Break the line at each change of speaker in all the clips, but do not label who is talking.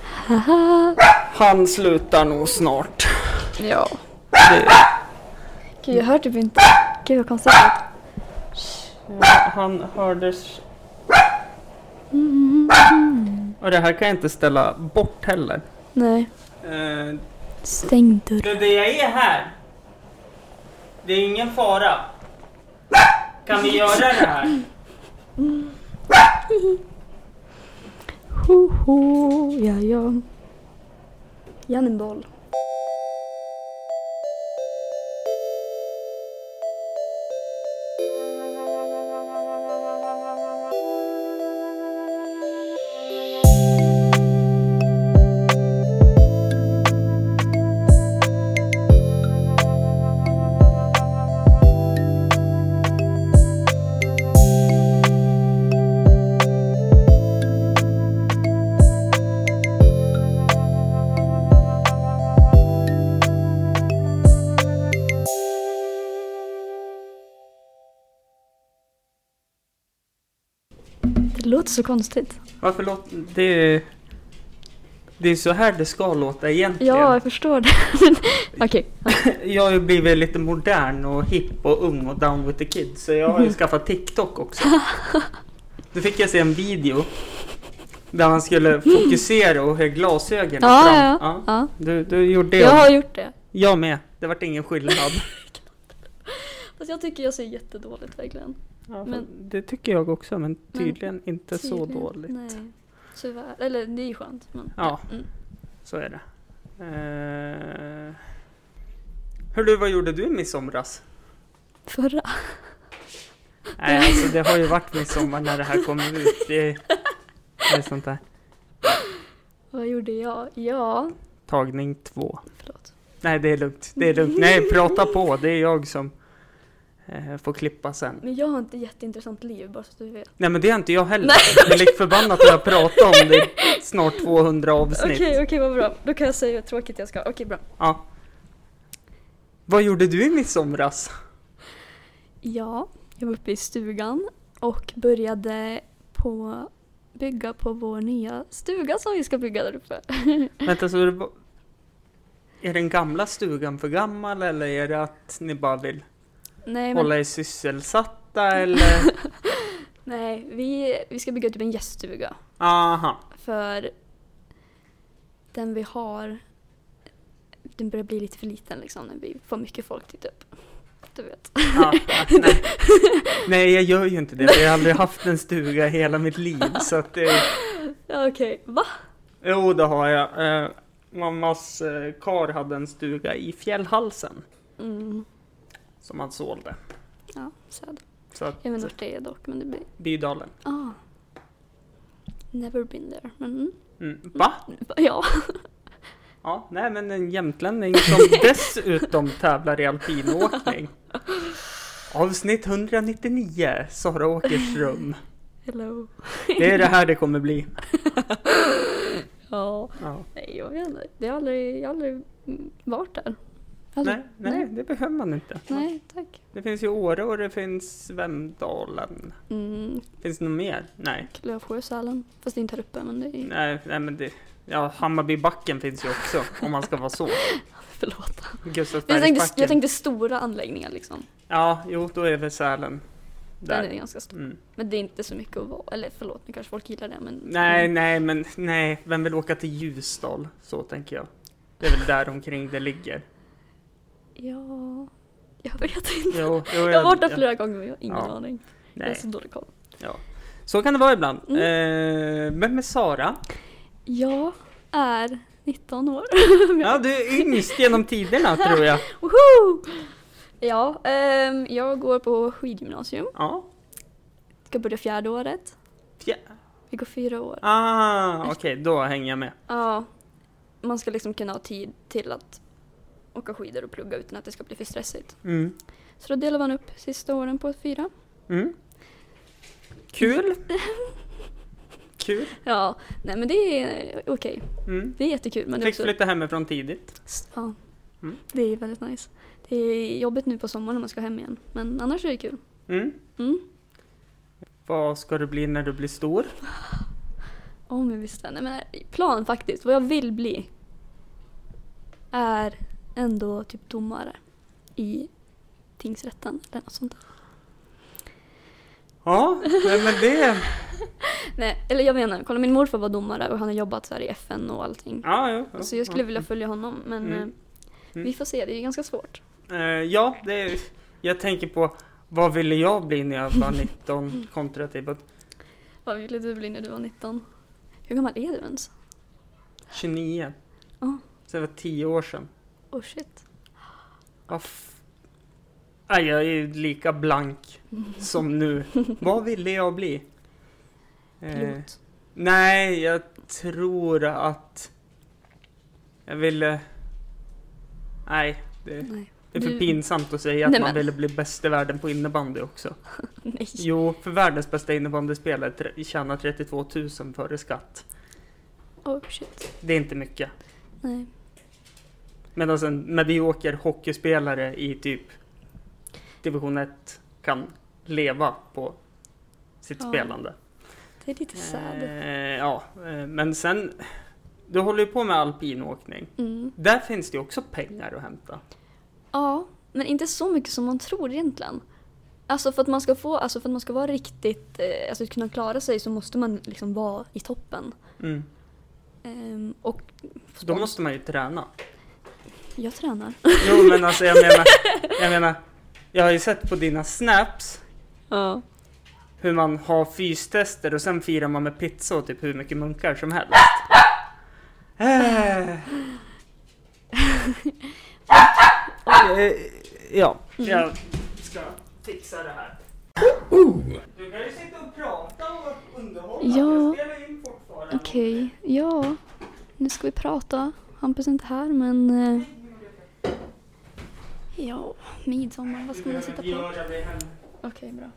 Haha.
Han slutar nog snart.
Ja.
Det,
Gud, jag hör typ inte. Gud vad konstigt.
ja, han hördes... Och det här kan jag inte ställa bort heller.
Nej.
Eh,
Stäng dörren.
Det, det jag är här. Det är ingen fara. Kan vi göra det här?
Ho, ho, ja, ja. Jan en boll. Det låter så konstigt.
Varför låter... Det, det är så här det ska låta egentligen.
Ja, jag förstår det. Men, Okej.
Jag har ju blivit lite modern och hipp och ung och down with the kids. Så jag har ju
Mm.
skaffat TikTok också. Då fick jag se en video. Där han skulle fokusera och ha glasögonen
Ja,
fram.
ja, ja. ja.
Du, du gjorde
Jag
jag.
har gjort det.
Jag med. Det vart ingen skillnad.
Fast jag tycker jag ser jättedåligt verkligen.
Ja,
Men-
det tycker jag också, men
Men-
tydligen inte så
Tydligen.
dåligt.
Nej. Tyvärr. Eller det är ju skönt. Men...
Ja,
Mm.
så är det. Eh... Hör du, vad gjorde du i midsomras?
Förra.
Nej, alltså det har ju varit midsommar när det här kommer ut. Det är, det är sånt där.
Vad gjorde jag? Ja.
Tagning två.
Förlåt.
Nej, det är lugnt. Det är lugnt. Nej, prata på. Det är jag som eh, får klippa sen.
Men jag har inte jätteintressant liv bara så att du vet.
Nej, men det är inte jag heller.
Nej.
Men lik förbannat har jag pratat om det i snart 200 avsnitt.
Okej, okej vad bra. Då kan jag säga hur tråkigt jag ska ha. Okej, bra.
Ja. Vad gjorde du i midsomras?
Ja, jag var uppe i stugan och började på bygga på vår nya stuga som vi ska bygga där uppe.
Vänta, så är, det, ba- är den gamla stugan för gammal eller är det att ni bara vill
Nej, men,
hålla er sysselsatta eller?
nej vi, vi ska bygga typ en gäststuga
Aha,
för den vi har den börjar bli lite för liten liksom när vi får mycket folk till typ. Du vet.
ja, ja, nej. nej jag gör ju inte det, jag har aldrig haft en stuga i hela mitt liv så att det,
Ja, Okej, va?
Jo det har jag. Eh, mammas eh, kar hade en stuga i Fjällhalsen
Mm,
som han sålde.
ja, sad.
Så att,
Jag vet inte vart det är dock men det blir...
Bydalen.
Ah. Never been there. Men mm,
Mm. Va?
ja.
Ja, nej men en jämtlänning som dessutom tävlar i alpinåkning. Avsnitt 199, Sara Åkers rum.
Hello.
Det är det här det kommer bli.
Ja.
Ja.
Nej, jag vet inte. Jag har aldrig, jag har aldrig mm, varit där. Aldrig.
Nej, nej, det behöver man inte.
Nej, tack.
Det finns ju Åre och det finns Vemdalen.
Mm,
Finns det något mer? Nej.
Klövsjösälen. Fast det är inte här uppe, men det är...
Nej, nej men det... Ja, Hammarbybacken finns ju också om man ska vara så.
Förlåt. Jag tänkte, jag
Gustavsbergsbacken.
tänkte stora anläggningar liksom.
Ja, jo då är väl Sälen.
Där. Den är
Där.
ganska stor.
Mm.
Men det är inte så mycket att vara. Eller förlåt, nu kanske folk gillar det, men... Mm.
Nej, nej, men nej, vem vill åka till Ljusdal? Så tänker jag. Det är väl där omkring det ligger.
Ja... Jag vet inte.
Jo, jo,
jag har varit där
ja,
flera gånger men jag har ingen
Ja.
aning. Jag har
Nej,
så dålig koll.
så kan det vara ibland.
Mm.
Eh, men med Sara,
Jag är 19 år.
ja du är yngst genom tiderna tror jag.
Woho! Ja, ehm, jag går på skidgymnasium.
Ja,
Ska börja fjärde året.
fjär...
Vi går fyra år.
Ah, okej, då hänger jag med.
Ja, man ska liksom kunna ha tid till att åka skidor och plugga utan att det ska bli för stressigt.
Mm.
Så då delar man upp sista åren på fyra.
Mm. Kul. Kul.
Ja, nej men det är okej.
Mm.
Det är jättekul men det är
Fick
också...
flytta hemifrån tidigt.
Ja,
Mm.
det är väldigt nice. Det är jobbigt nu på sommaren när man ska hem igen men annars är det kul.
Mm.
Mm.
Vad ska du bli när du blir stor?
om jag visste. Nej, men eh, plan faktiskt, vad jag vill bli är ändå typ domare i tingsrätten eller något sånt. där.
Ja, nej, men det...
Nej, eller jag menar, kolla min morfar var domare och han har jobbat så här i FN och allting.
Ja, ja, ja,
Så Alltså, jag skulle
ja.
vilja följa honom men
Mm.
eh, vi får se, det är ju ganska svårt.
Eh, ja, det är, jag tänker på vad ville jag bli när jag var 19 kontra typ att
Vad ville du bli när du var 19? Hur gammal är du ens?
29.
Ja.
Så det var 10 år sedan.
Oh shit.
Vad f- Aj, jag är ju lika blank som nu. Vad ville jag bli? Eh,
Pilot.
nej, jag tror att jag ville... Nej, det,
Nej.
det är för
Du-
pinsamt att säga att
Nej,
man
men-
ville bli bäst i världen på innebandy också.
Nej.
Jo, för världens bästa innebandyspelare tre- tjänar 32 000 före skatt.
Oh shit.
Det är inte mycket.
Nej.
Medan en medioker hockeyspelare i typ division 1 kan leva på sitt
Ja,
spelande.
Det är lite sad.
Eh, ja, eh, men sen, du håller ju på med alpinåkning.
Mm.
Där finns det ju också pengar att hämta.
Ja, men inte så mycket som man tror egentligen. Alltså för att man ska få, alltså för att man ska vara riktigt, eh, alltså kunna klara sig så måste man liksom vara i toppen.
Mm.
Ehm, och
Då måste man ju träna.
jag tränar.
Jo men alltså jag menar, jag menar, jag har ju sett på dina snaps
Ja.
hur man har fystester och sen firar man med pizza och typ hur mycket munkar som helst. Eh. Eh, ja. Jag ska fixa det här. Du kan ju sitta och prata och underhålla.
Ja.
Jag spelar in fortfarande.
Okej, ja. Nu ska vi prata. Hampus är inte här men... eh, Ja, midsommar, vad ska man sitta på?
Göra det hemma.
Okej, bra.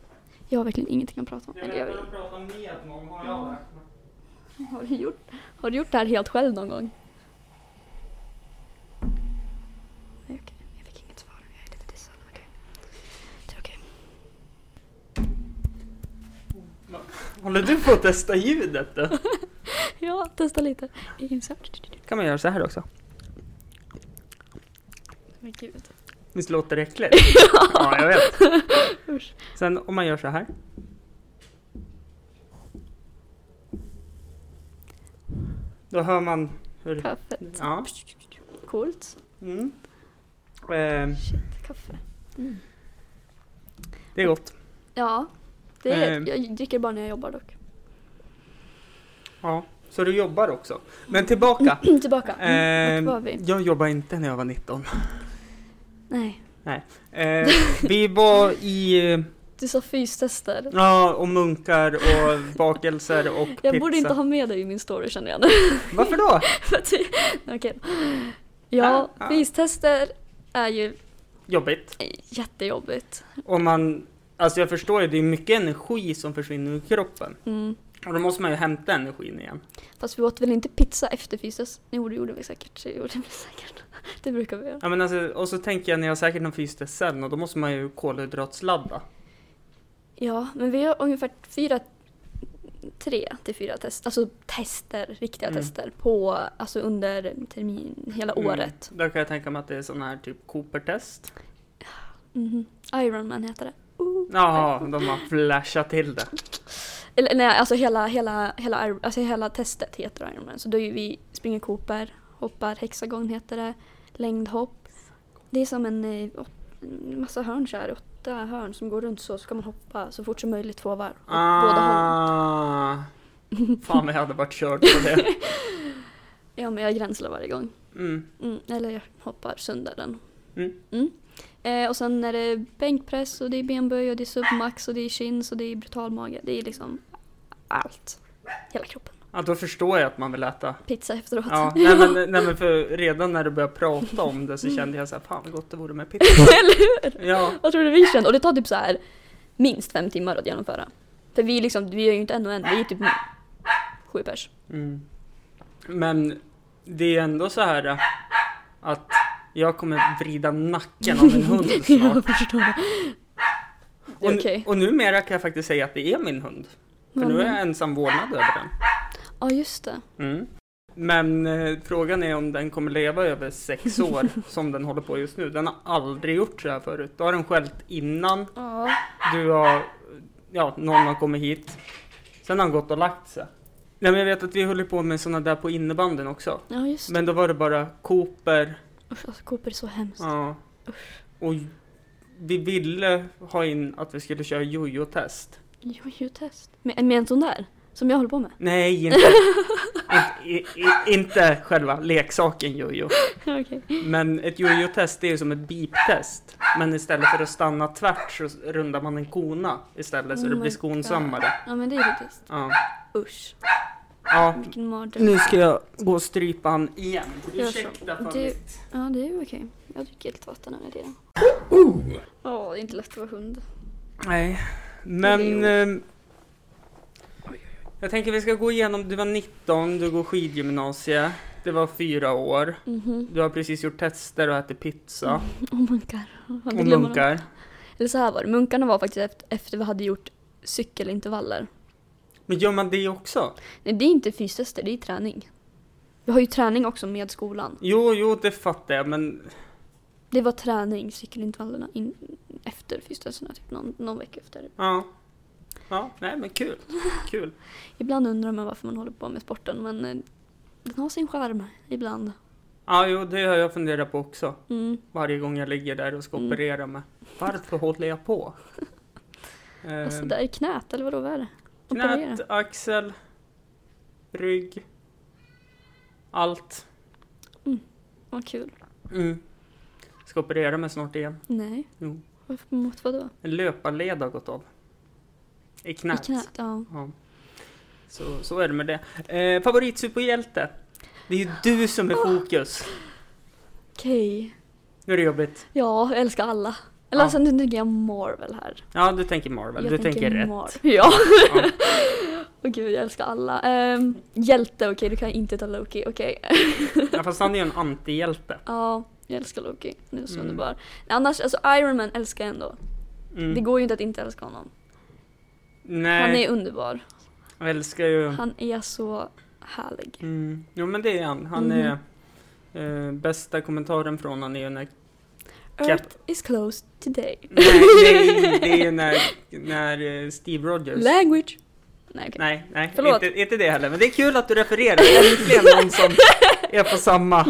Jag har verkligen ingenting att prata om.
Jag
Eller jag
vill
vet-
prata med någon har jag lärt mig.
har, du gjort, har du gjort det här helt själv någon gång? Nej, okej. Jag fick inget svar. Jag är lite dissad. Okej. Det är okej.
Håller du på att testa ljudet då?
Ja, testa lite. Insert.
kan man göra så här också.
Men gud.
Visst låter det äckligt? ja, jag vet.
Usch.
Sen om man gör så här. Då hör man hur...
Kaffet.
Ja.
Coolt.
Mm. Eh,
Shit, kaffe.
det är gott.
Ja. Det är,
Ehm.
jag dricker bara när jag jobbar dock.
Ja. Så du jobbar också. Men tillbaka.
Tillbaka.
Eh,
Mm, vart var vi?
jag jobbar inte när jag var 19.
Nej.
Eh, vi var i... eh,
Du sa fystester.
Ja, och munkar och bakelser och pizza.
Jag borde inte ha med dig i min story känner jag nu.
Varför då?
För att- Okej. Ja,
Ah, ah.
fystester är ju
Jobbigt.
jättejobbigt.
Och man, alltså jag förstår ju, det är mycket energi som försvinner ur kroppen.
Mm.
Och då måste man ju hämta energin igen.
Fast vi åt väl inte pizza efter fystest? Jo, det gjorde vi säkert. Det gjorde vi säkert. Det brukar vi göra.
Ja, men alltså, och så tänker jag när jag har säkert någon fystest sen och då måste man ju kolhydratsladda.
Ja, men vi har ungefär fyra, tre till fyra tester, alltså tester, riktiga
Mm.
tester på, alltså under termin, hela året.
Mm. Då kan jag tänka mig att det är sån här typ Cooper-test.
Mhm. Ironman heter det. Ooh.
Jaha, de har flashat till det.
Eller nej, alltså hela, hela, hela, Ir- alltså hela testet heter Ironman. Så då är ju vi springer Cooper, hoppar hexagon heter det, längdhopp. Det är som en eh, åt- en massa hörn så här, åtta hörn som går runt så, så kan man hoppa så fort som möjligt två varv. åt Båda hållen.
Ah, fan vad jag hade varit körd på det.
Ja, men jag gränslar varje gång.
Mm.
Mm, eller jag hoppar sönder den.
Mm.
Eh, och sen är det bänkpress och det är benböj och det är submax och det är chins och det är brutal mage. Det är liksom allt. Hela kroppen.
Ja, då förstår jag att man vill äta.
Pizza efteråt.
Ja, nej, men, nej men för redan när du började prata om det så kände jag så här, fan vad gott det vore med pizza.
eller hur?
Ja,
Vad tror du vi kände? Och det tar typ så här minst fem timmar att genomföra. För vi är liksom, vi är ju inte en och en, vi är typ sju pers.
Mm. Men det är ändå så här eh, att jag kommer vrida nacken av en hund snart.
jag förstår.
Och, nu-
Okej.
och numera kan jag faktiskt säga att det är min hund. För nu är jag ensam vårdnad över den.
Ja, just det.
Mm. Men eh, frågan är om den kommer leva över sex år som den håller på just nu. Den har aldrig gjort så här förut. Då har den skällt innan
Ja.
du har, ja, någon har kommit hit. Sen har han gått och lagt sig. Nej, men jag vet att vi höll på med sådana där på innebanden också.
Ja, just det.
Men då var det bara Cooper.
Usch, alltså Cooper är så hemskt.
Ja. Och vi ville ha in att vi skulle köra jojo-test.
Jojo-test. Med, med en sån där? Som jag håller på med?
Nej, inte, i, i, inte själva leksaken jojo.
Okej.
Men ett jojo-test det är ju som ett beep-test. Men istället för att stanna tvärt så rundar man en kona istället så
Oh
det
my
blir skonsammare.
Ja, men det är faktiskt...
Ja.
Usch.
ja.
Vilken mardröm.
Nu ska jag gå och strypa han igen.
Gör så.
Ursäkta för
Du-
mitt...
Ja, det är ju okej. Jag dricker lite vatten under tiden. Ja, det är inte lätt att vara hund.
Nej.
Jo.
Men... ehm, jag tänker vi ska gå igenom, du var 19, du går skidgymnasie. Det var fyra år.
Mhm. Oh
Du har precis gjort tester och ätit pizza.
Och munkar. Mm. Ja, det
Och
glömmer man.
munkar.
Eller så här var det, munkarna var faktiskt efter, efter vi hade gjort cykelintervaller.
Men gör man det också?
Nej, det är inte fystester, det är träning. Vi har ju träning också med skolan.
Jo, jo, det fattar jag, men
Det var träning, cykelintervallerna, in, efter fystesterna, typ någon, någon vecka efter.
Ja. Ja, nej men kul. Kul.
Ibland undrar man varför man håller på med sporten, men eh, den har sin charm ibland.
Ja, jo, det har jag funderat på också.
Mm.
Varje gång jag ligger där och ska
Mm.
operera mig. Varför håller jag på?
Alltså
Ehm,
där i knät, eller vadå, vad är det? Operera?
knät, axel, rygg. Allt.
Vad kul.
Mm. Ska operera mig snart igen.
Nej.
Jo.
Varför mot vadå?
En löparled har gått av. I knät.
I knät, ja.
Ja. Så, så är det med det. Eh, favoritsuperhjälte? Det är ju du som är
Ah.
fokus.
Okej.
Nu är det jobbigt.
Ja, jag älskar alla. Eller
Ja.
alltså nu tänker jag Marvel här.
Ja, du tänker Marvel.
jag
du tänker, rätt.
Mar- ja.
Ja.
Åh gud, jag älskar alla. Ehm, hjälte, okej du kan inte ta Loki, okej.
Ja, fast han är ju en antihjälte.
ja, jag älskar Loki. Nu är så
Mm.
underbar. Annars, alltså Iron Man älskar jag ändå.
Mm.
Det går ju inte att inte älska honom.
Nej,
Han är underbar.
jag älskar ju...
Han är så härlig.
Mm. Jo, men det är han. Han
Mm.
är... Eh, bästa kommentaren från han är ju när...
Earth is closed today.
Nej, nej det är ju när, när eh, Steve Rogers...
Language! Nej okej.
nej, nej
Förlåt.
inte, inte det heller. Men det är kul att du refererar. Äntligen någon som är på samma.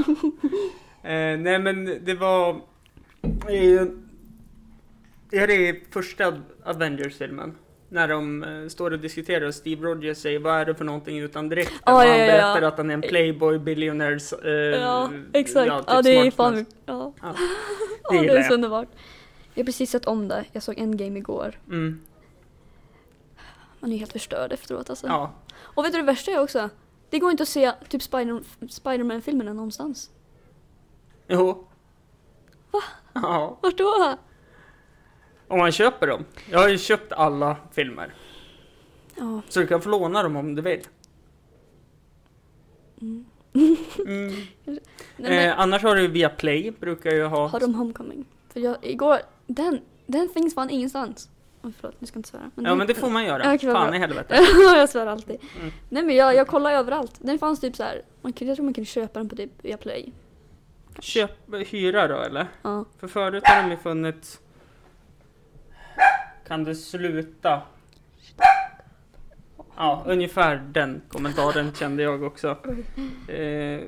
Eh, nej, men det var... Eh, är det i första Avengers-filmen? När de eh, står och diskuterar och Steve Rogers säger vad är det för någonting utan direkt
Ja,
och
ja,
han
ja, ja.
berättar att han är en playboy, billionärs... Eh,
Ja, exakt. Ja,
typ
det är
smart
fan... Ja.
Ja.
Ja,
Det
det
gillar
är så
jag.
underbart. Jag har precis sett om det. Jag såg Endgame igår.
man. Mm,
Man är ju helt förstörd efteråt alltså.
ja.
Och vet du det värsta är också? Det går inte att se typ Spider- Spiderman-filmerna någonstans.
Jo. Va? Ja.
Vart då?
Om man köper dem. Jag har ju köpt alla filmer.
Ja,
Så du kan få låna dem om du vill. Mm.
nej, men,
eh, annars har du via Play, brukar ju ha.
har de Homecoming? För jag, igår, den, den finns fan ingenstans. Oj förlåt, nu ska jag inte svära.
Ja men det får man göra.
Ja, okej, vad
Fan
bra.
i helvete.
jag svär alltid.
Mm.
Nej men jag, jag kollar överallt. Den fanns typ så här. Man kunde, jag tror man kunde köpa den på typ via Play.
Köp, hyra då eller?
Ja.
För förut har de ju funnits... Kan du sluta? Ja, ungefär den kommentaren kände jag också. Eh,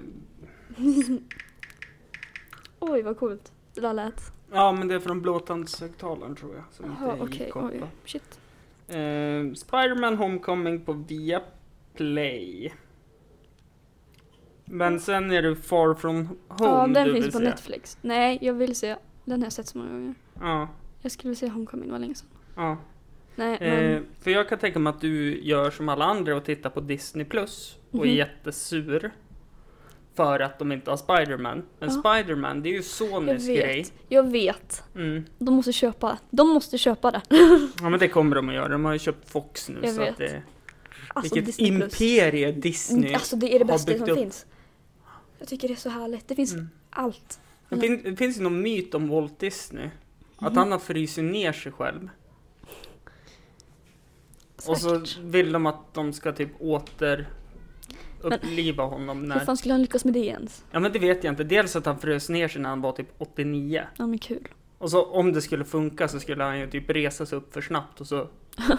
Oj vad coolt. Det där lät.
ja men det är från blåtandshögtalaren tror jag. Som inte
Jaha
är
okej,
inkopplad.
oj. Shit.
Eh, Spider-Man Homecoming på Viaplay. Men sen är det Far From Home
Mm. Ja
du
den
vill
finns på
se.
Netflix. Nej jag vill se. Den har jag sett så många gånger.
Ja,
Jag skulle se Homecoming, det var länge sedan.
ja.
Nej men.
Eh, för jag kan tänka mig att du gör som alla andra och tittar på Disney Plus och är
Mhm.
jättesur. För att de inte har Spiderman. Men
Ja.
Spiderman, det är ju Sonys
Jag vet.
grej.
Jag vet.
Mm.
De måste köpa. De måste köpa det.
Ja men det kommer de att göra, de har ju köpt Fox nu.
Jag
så
vet.
att det,
Alltså
vilket
Disney Plus.
imperie Disney
Alltså det är
har
det bästa
byggt
som
upp.
finns. Jag tycker det är så härligt. Det finns
Mm.
allt.
Det, fin det finns ju någon myt om Walt Disney.
Mhm.
Att han har frusit ner sig själv. Och så
Säkert.
vill de att de ska typ åter... uppliva honom
Hur
när...
fan skulle han lyckas med det ens?
Ja men det vet jag inte. Dels att han frös ner sig när han var typ 89.
Ja men kul.
Och så om det skulle funka så skulle han ju typ resa sig upp för snabbt och så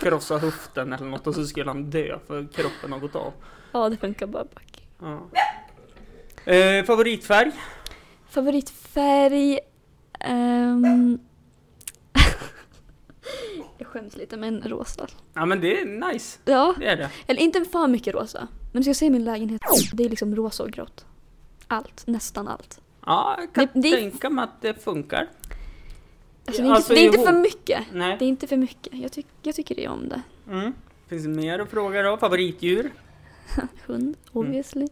krossa höften eller något och så skulle han dö för kroppen har gått av.
Ja det funkar bara back.
Ja. Eh, favoritfärg?
Favoritfärg? ehm, jag skäms lite men rosa.
Ja men det är nice.
Ja,
Det är det.
eller inte för mycket rosa. Men ska jag se min lägenhet, det är liksom rosa och grått. Allt, nästan allt.
Ja, jag kan
Det- det-
tänka mig att det funkar.
Alltså, det, är
Alltså,
inte, det är inte
ihop.
för mycket. Det
Nej.
är inte för mycket. Jag, tyck, jag tycker det om det.
Mm. Finns det mer att fråga då? Favoritdjur?
Hund, obviously.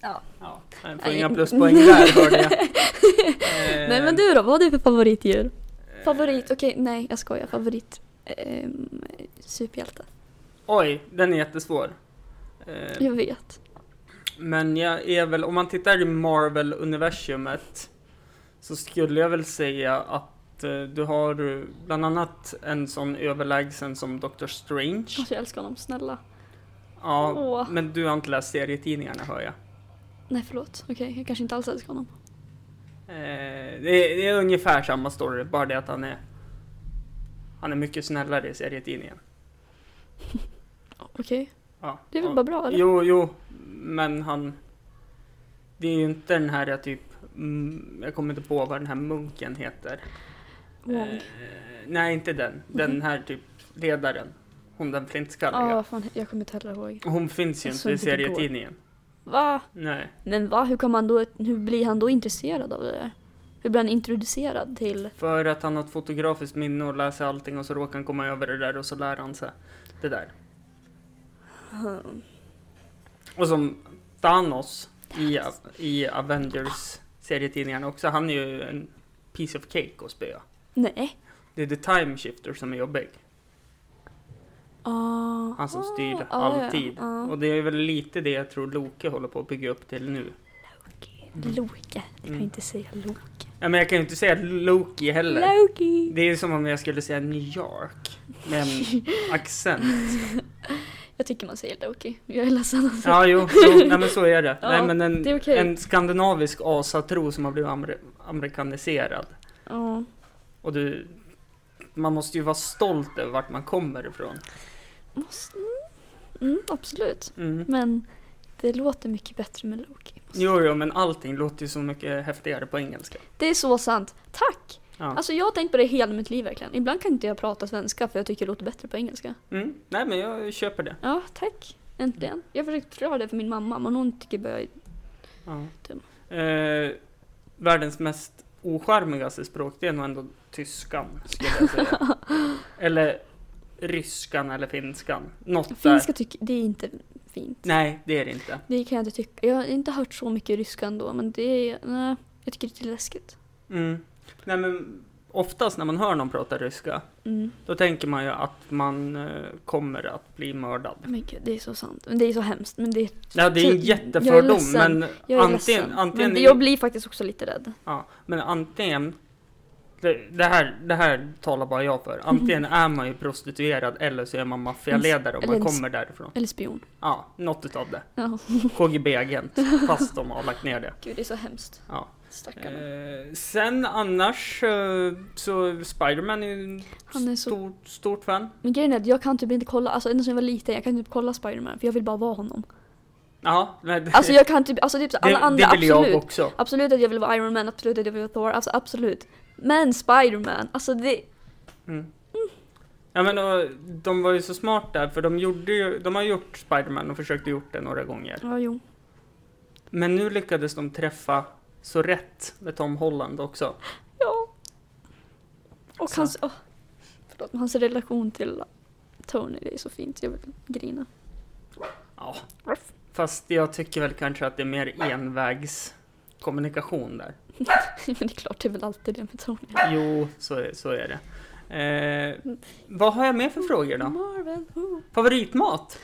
Ja, jag Mm. får
Nej.
inga pluspoäng där hörde jag. Eh,
Nej men du då, vad har du för favoritdjur? Favorit, okej nej jag skojar. Favorit ehm, superhjälte.
Oj, den är jättesvår. Eh,
Jag vet.
Men jag är väl, om man tittar i Marvel-universumet så skulle jag väl säga att eh, du har eh, bland annat en sån överlägsen som Doctor Strange.
Alltså, jag älskar honom, snälla.
Ja,
Åh.
men du har inte läst serietidningarna hör jag.
Nej förlåt, okej jag kanske inte alls älskar honom.
Eh, det, är, det är ungefär samma story, bara det att han är han är mycket snällare i serietidningen.
Okej,
Ja.
det är väl
och-
bara bra eller?
Jo, jo, men han... Det är ju inte den här typ... Mm, jag kommer inte på vad den här munken heter.
Wong.
Eh, nej, inte den.
Mhm.
Den här typ ledaren. Hon den
Ja,
flintskalliga.
vad fan, jag kommer inte heller ihåg.
Hon finns ju
Jag
inte
såg
i
inte det igår.
serietidningen.
Va?
Nej.
Men va, hur, kan man då, hur blir han då intresserad av det där? Hur blir han introducerad till...
För att han har ett fotografiskt minne och läser allting och så råkar han komma över det där och så lär han sig det där. Och som Thanos i, i Avengers serietidningarna också, han är ju en piece of cake att spöa.
Nej.
Det är the time shifter som är jobbig.
Ah.
Han som styr
Ah,
alltid.
Ja, ja.
Och det är väl lite det jag tror Loke håller på att bygga upp till nu.
Loke. Du kan
Mm.
inte säga Loke.
Ja, men jag kan ju inte säga Loki heller.
Loki!
Det är som om jag skulle säga New York med en accent.
Jag tycker man säger Loki. Jag är ledsen. alltså.
Ja, jo, jo nej, men så är det.
Ja,
nej, men en,
det är okej.
en skandinavisk asatro som har blivit amer amerikaniserad.
Ja.
Och du, man måste ju vara stolt över vart man kommer ifrån.
Måste... Mm, absolut.
Mm.
Men det låter mycket bättre med Loki.
Jo, jo, men allting låter ju så mycket häftigare på engelska.
Det är så sant. Tack!
Ja.
Alltså jag har tänkt på det hela mitt liv verkligen. Ibland kan inte jag prata svenska för jag tycker det låter bättre på engelska.
Mm. Nej, men jag köper det.
Ja, tack. Äntligen. Jag försökte förklara det för min mamma men hon tycker bara jag är
Ja.
dum.
Eh, världens mest ocharmigaste språk, det är nog ändå tyskan, skulle jag säga. eller ryskan eller finskan. Något där.
Finska tycker, det är inte fint.
Nej, det är det inte.
Det kan jag inte tycka. Jag har inte hört så mycket ryska ändå men det är, nej. Jag tycker det är läskigt.
Mm. Nej, men oftast när man hör någon prata ryska,
Mm.
då tänker man ju att man eh, kommer att bli mördad.
Men gud, det är så sant. Men det är så hemskt. Men det,
Ja, det är en
Ty- Typ. jag är
jättefördom,
ledsen.
men
jag är
antingen...
ledsen.
antingen
men det, jag blir faktiskt också lite rädd.
ja, men antingen... Det, det, här, det här talar bara jag för. Antingen är man ju prostituerad eller så är man maffialedare om man
Mm-hmm. Eller en-
kommer därifrån.
Eller spion.
Ja, något utav det.
Ja.
KGB-agent, fast de har lagt ner det.
Gud, det är så hemskt.
Ja.
Stackarna.
Eh, sen annars eh, så Spiderman är ju en
Han är så-
stort, stort fan.
Men grejen är att jag kan typ inte kolla, alltså ända sedan jag var liten, jag kan typ kolla Spiderman för jag vill bara vara honom.
Ja, nej, det,
Alltså jag kan typ, alltså typ så alla
det,
andra,
det vill
absolut.
jag också.
Absolut att jag vill vara Iron Man, absolut att jag vill vara Thor, alltså absolut. Men Spiderman, alltså det...
Mm. Ja men och, de var ju så smart där för de, gjorde ju, de har gjort Spiderman och försökt gjort det några gånger.
Ja, jo.
Men nu lyckades de träffa så rätt med Tom Holland också.
Ja. Och
Så.
hans... åh. förlåt, men hans relation till Tony, det är så fint. Jag vill grina.
Ja. Fast jag tycker väl kanske att det är mer envägskommunikation där.
men det är klart, det är väl alltid det med Tony.
Jo, så är, så är det. Eh, vad har jag med för frågor då?
Marvel, oh.
Favoritmat?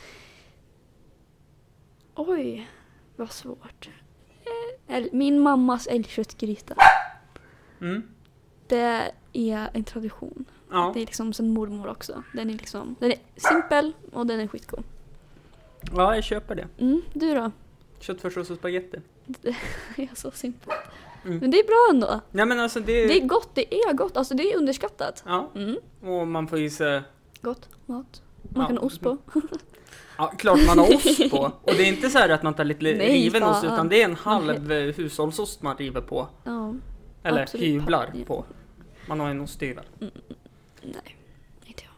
Oj, vad svårt. Eh, äl- Min mammas älgköttgryta.
Mm.
Det är en tradition.
Ja,
Det är liksom sen mormor också. Den är liksom, den är simpel och den är skitgod.
ja, jag köper det.
Mm, du då?
Köttfärssås och spagetti.
jag är så simpel.
Mm.
Men det är bra ändå.
Nej men alltså det...
Det är gott, det är gott. Alltså det är underskattat.
Ja,
Mm.
och man får ju se...
Gott mat.
Ja.
Man kan ha ost på.
Ja, klart man har ost på. Och det är inte så här att man tar lite
Nej,
riven ost
fan.
utan det är en halv eh, hushållsost man river på.
Ja.
Eller
Absolut.
hyvlar
Ja.
på. Man har en osthyvel.
Nej, inte jag.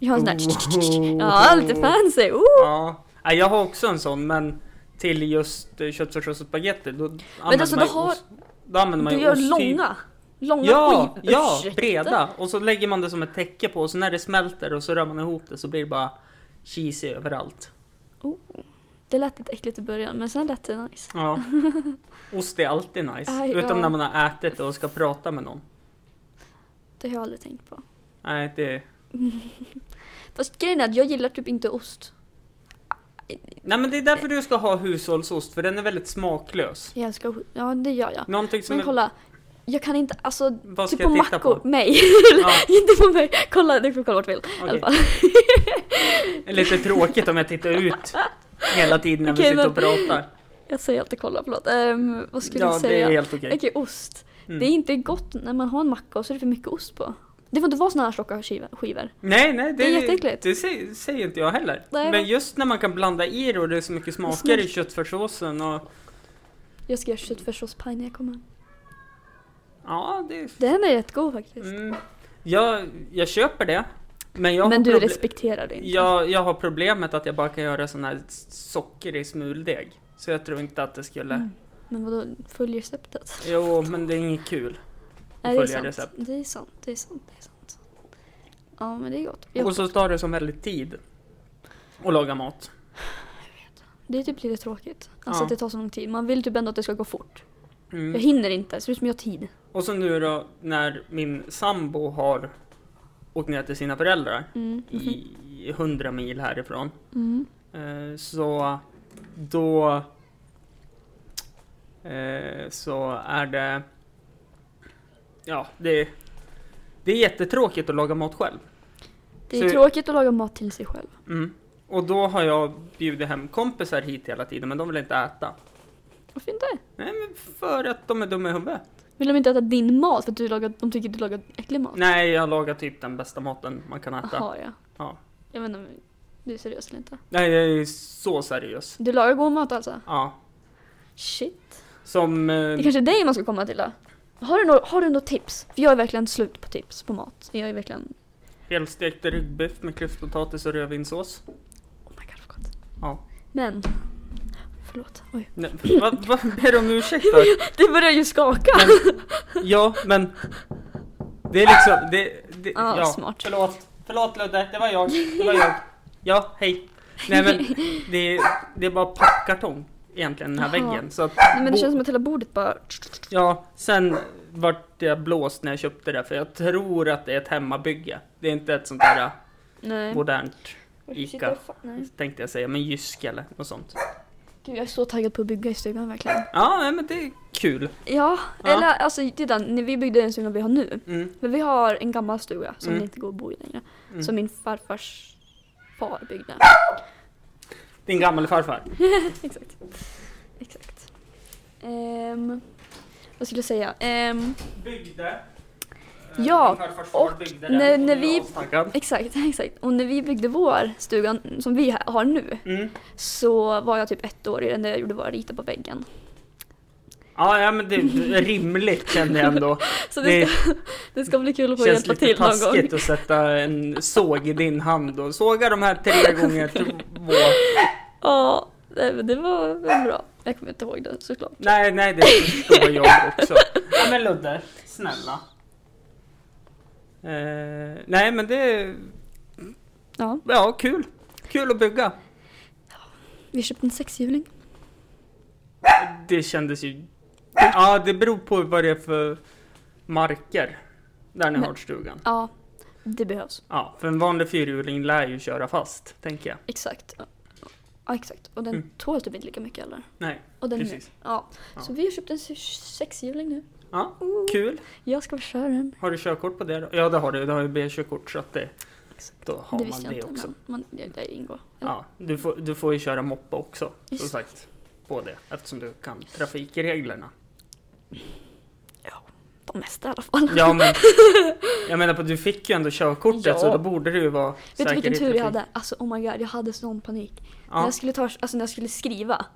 Jag har en sån
Oh.
där... Ja, lite fancy. Oh.
Ja. Nej, Jag har också en sån men till just eh, köttfärssås och spagetti då använder
alltså,
man
du
ju
har-
ost- Då använder man
Du
ju
gör
osthyv-
långa. Långa
Ja,
skivor.
ja,
Ursäkta.
breda. Och så lägger man det som ett täcke på och så när det smälter och så rör man ihop det så blir det bara cheesy överallt.
Oh. Det lät lite äckligt i början men sen lät det nice.
Ja. Ost är alltid nice.
Aj,
Utom
ja.
när man har ätit och ska prata med någon.
Det har jag aldrig tänkt på.
Nej, det...
Fast grejen är att jag gillar typ inte ost.
Nej men det är därför du ska ha hushållsost, för den är väldigt smaklös.
Jag älskar ost. Ja, det gör jag.
Någonting som...
Men kolla. Jag kan inte, alltså
Vad ska
typ på
jag titta
mackor.
på?
Mig.
Ja,
inte på mig. Kolla, du får kolla vart du vill. I alla
okej.
fall.
Det är lite tråkigt om jag tittar ut hela tiden när vi
Okej,
sitter och
men-
pratar.
Jag säger alltid kolla, förlåt. Ehm, vad skulle
Ja,
jag
det
säga?
är helt okej.
Okej, ost.
Mm.
Det är inte gott när man har en macka och så är det för mycket ost på. Det får inte vara såna här tjocka skiv- skivor.
Nej, nej, det,
Det är jätteäckligt.
Det säger, säger inte jag heller.
Nej,
men
men-
just när man kan blanda i det och det är så mycket smaker i köttfärssåsen och...
Jag ska göra köttfärssåspaj när jag kommer.
Ja, det...
Den är rätt god faktiskt.
Mm, jag, jag köper det. Men jag
Men
har
du
proble-
respekterar det inte.
jag, jag har problemet att jag bara kan göra sån här socker i smuldeg. Så jag tror inte att det skulle...
Mm. Men vadå, följ receptet.
Jo, men det är inget kul.
Nej, det är
följa
sant.
recept.
Det är sant, det är sant, det är sant. Ja, men det är gott. Ja,
Och så tar det som väldigt tid att laga mat.
det är typ lite tråkigt. Alltså
Ja.
att det tar så lång tid. Man vill typ ändå att det ska gå fort.
Mm.
Jag hinner inte, det ser ut som jag har tid.
Och så nu då när min sambo har åkt ner till sina föräldrar
Mm.
i 100 mil härifrån.
Mm.
Eh, Så då eh, så är det ja, det, det är jättetråkigt att laga mat själv.
Det
Så-
är tråkigt att laga mat till sig själv.
Mm. Och då har jag bjudit hem kompisar hit hela tiden, men de vill inte äta.
Varför inte?
Nej, men för att de är dumma i huvudet.
Vill de inte äta din mat för att du lagar, de tycker att du lagar äcklig mat?
Nej, jag lagar typ den bästa maten man kan äta.
Jaha, ja.
Ja.
Jag vet inte om du är seriös eller inte.
Nej, jag är så seriös.
Du lagar god mat alltså?
Ja.
Shit.
Som...
Det är
Eh,
kanske är dig man ska komma till då? Har du, några, har du några tips? För jag är verkligen slut på tips på mat. Jag är verkligen...
helstekt ryggbiff med klyftpotatis och rödvinssås.
Oh my god vad gott.
Ja.
Men... Förlåt. Oj.
Nej, Vad va, ber du om ursäkt för?
Det börjar ju skaka!
Men, ja, men... Det är liksom... Det, det,
Ja,
ja,
Ah, smart.
Förlåt. Förlåt Ludde, det var jag. Det var jag. Ja, hej. Nej men, det, är- det är bara pappkartong egentligen, den här
Jaha.
väggen. Så att,
Nej, men det känns som att hela bordet bara...
ja, sen vart jag blåst när jag köpte det, för jag tror att det är ett hemmabygge. Det är inte ett sånt där
Mm. Nej.
modernt,
Varför sitter
Ica.
jag fa- Nej.
tänkte jag säga, men Jysk eller något sånt.
Gud, jag är så taggad på att bygga i stugan verkligen.
Ja, nej, men det är kul.
Ja,
Ja.
eller alltså titta, när vi byggde den stugan vi har nu.
Mm.
Men vi har en gammal stuga som
Mm.
det inte går att bo i längre.
Mm.
Som min farfars far byggde.
Din gammelfarfar.
Exakt. Exakt. Ehm, vad skulle jag säga? Ehm,
byggde. Eh,
Ja,
Min farfars far
och
byggde
när-
den.
när
Jag
vi-
var astaggad.
exakt, exakt. Och när vi byggde vår stuga som vi ha- har nu
Mm.
så var jag typ ett år i den där jag gjorde var att rita på väggen.
Ja, ja, men det är rimligt känner jag ändå.
Så
Det
det ska, det ska bli kul att få
känns
hjälpa
lite
till någon gång.
taskigt att sätta en såg i din hand och såga de här tre gånger två.
Ja, nej, men det var väl bra. Jag kommer inte ihåg det såklart.
Nej, nej, det förstår jag också. Ja, men Ludde, snälla. Eh, nej, men det är
Ja,
ja, kul. Kul att bygga.
vi köpte en sexhjuling.
Det kändes ju... Ja, det beror på vad det är för marker där ni
Men-
har stugan.
Ja, det behövs.
Ja, för en vanlig fyrhjuling lär ju köra fast, tänker jag.
Exakt. Ja, exakt. Och den
Mm.
tål typ inte lika mycket eller?
Nej,
Och den
precis.
Ja.
Ja.
Så vi har köpt en se- sexhjuling nu.
Ja,
Oh.
kul.
Jag ska köra den.
Har du körkort på det då? Ja, det har du. Du har ju B-körkort så att det...
Exakt.
Då har
det
man
visste jag
det
inte,
också.
men man, det, det ingår. Eller?
Ja, du får, du får ju köra moppe också, som
Just.
sagt. på det eftersom du kan trafikreglerna.
De mesta i alla fall.
Ja, men jag menar på att du fick ju ändå körkortet
Ja.
så då borde du ju vara
Vet du
säker
vilken
i
tur
trafik.
jag hade? Alltså oh my god, jag hade sån panik. När,
Ja.
jag skulle ta, alltså, när jag skulle skriva.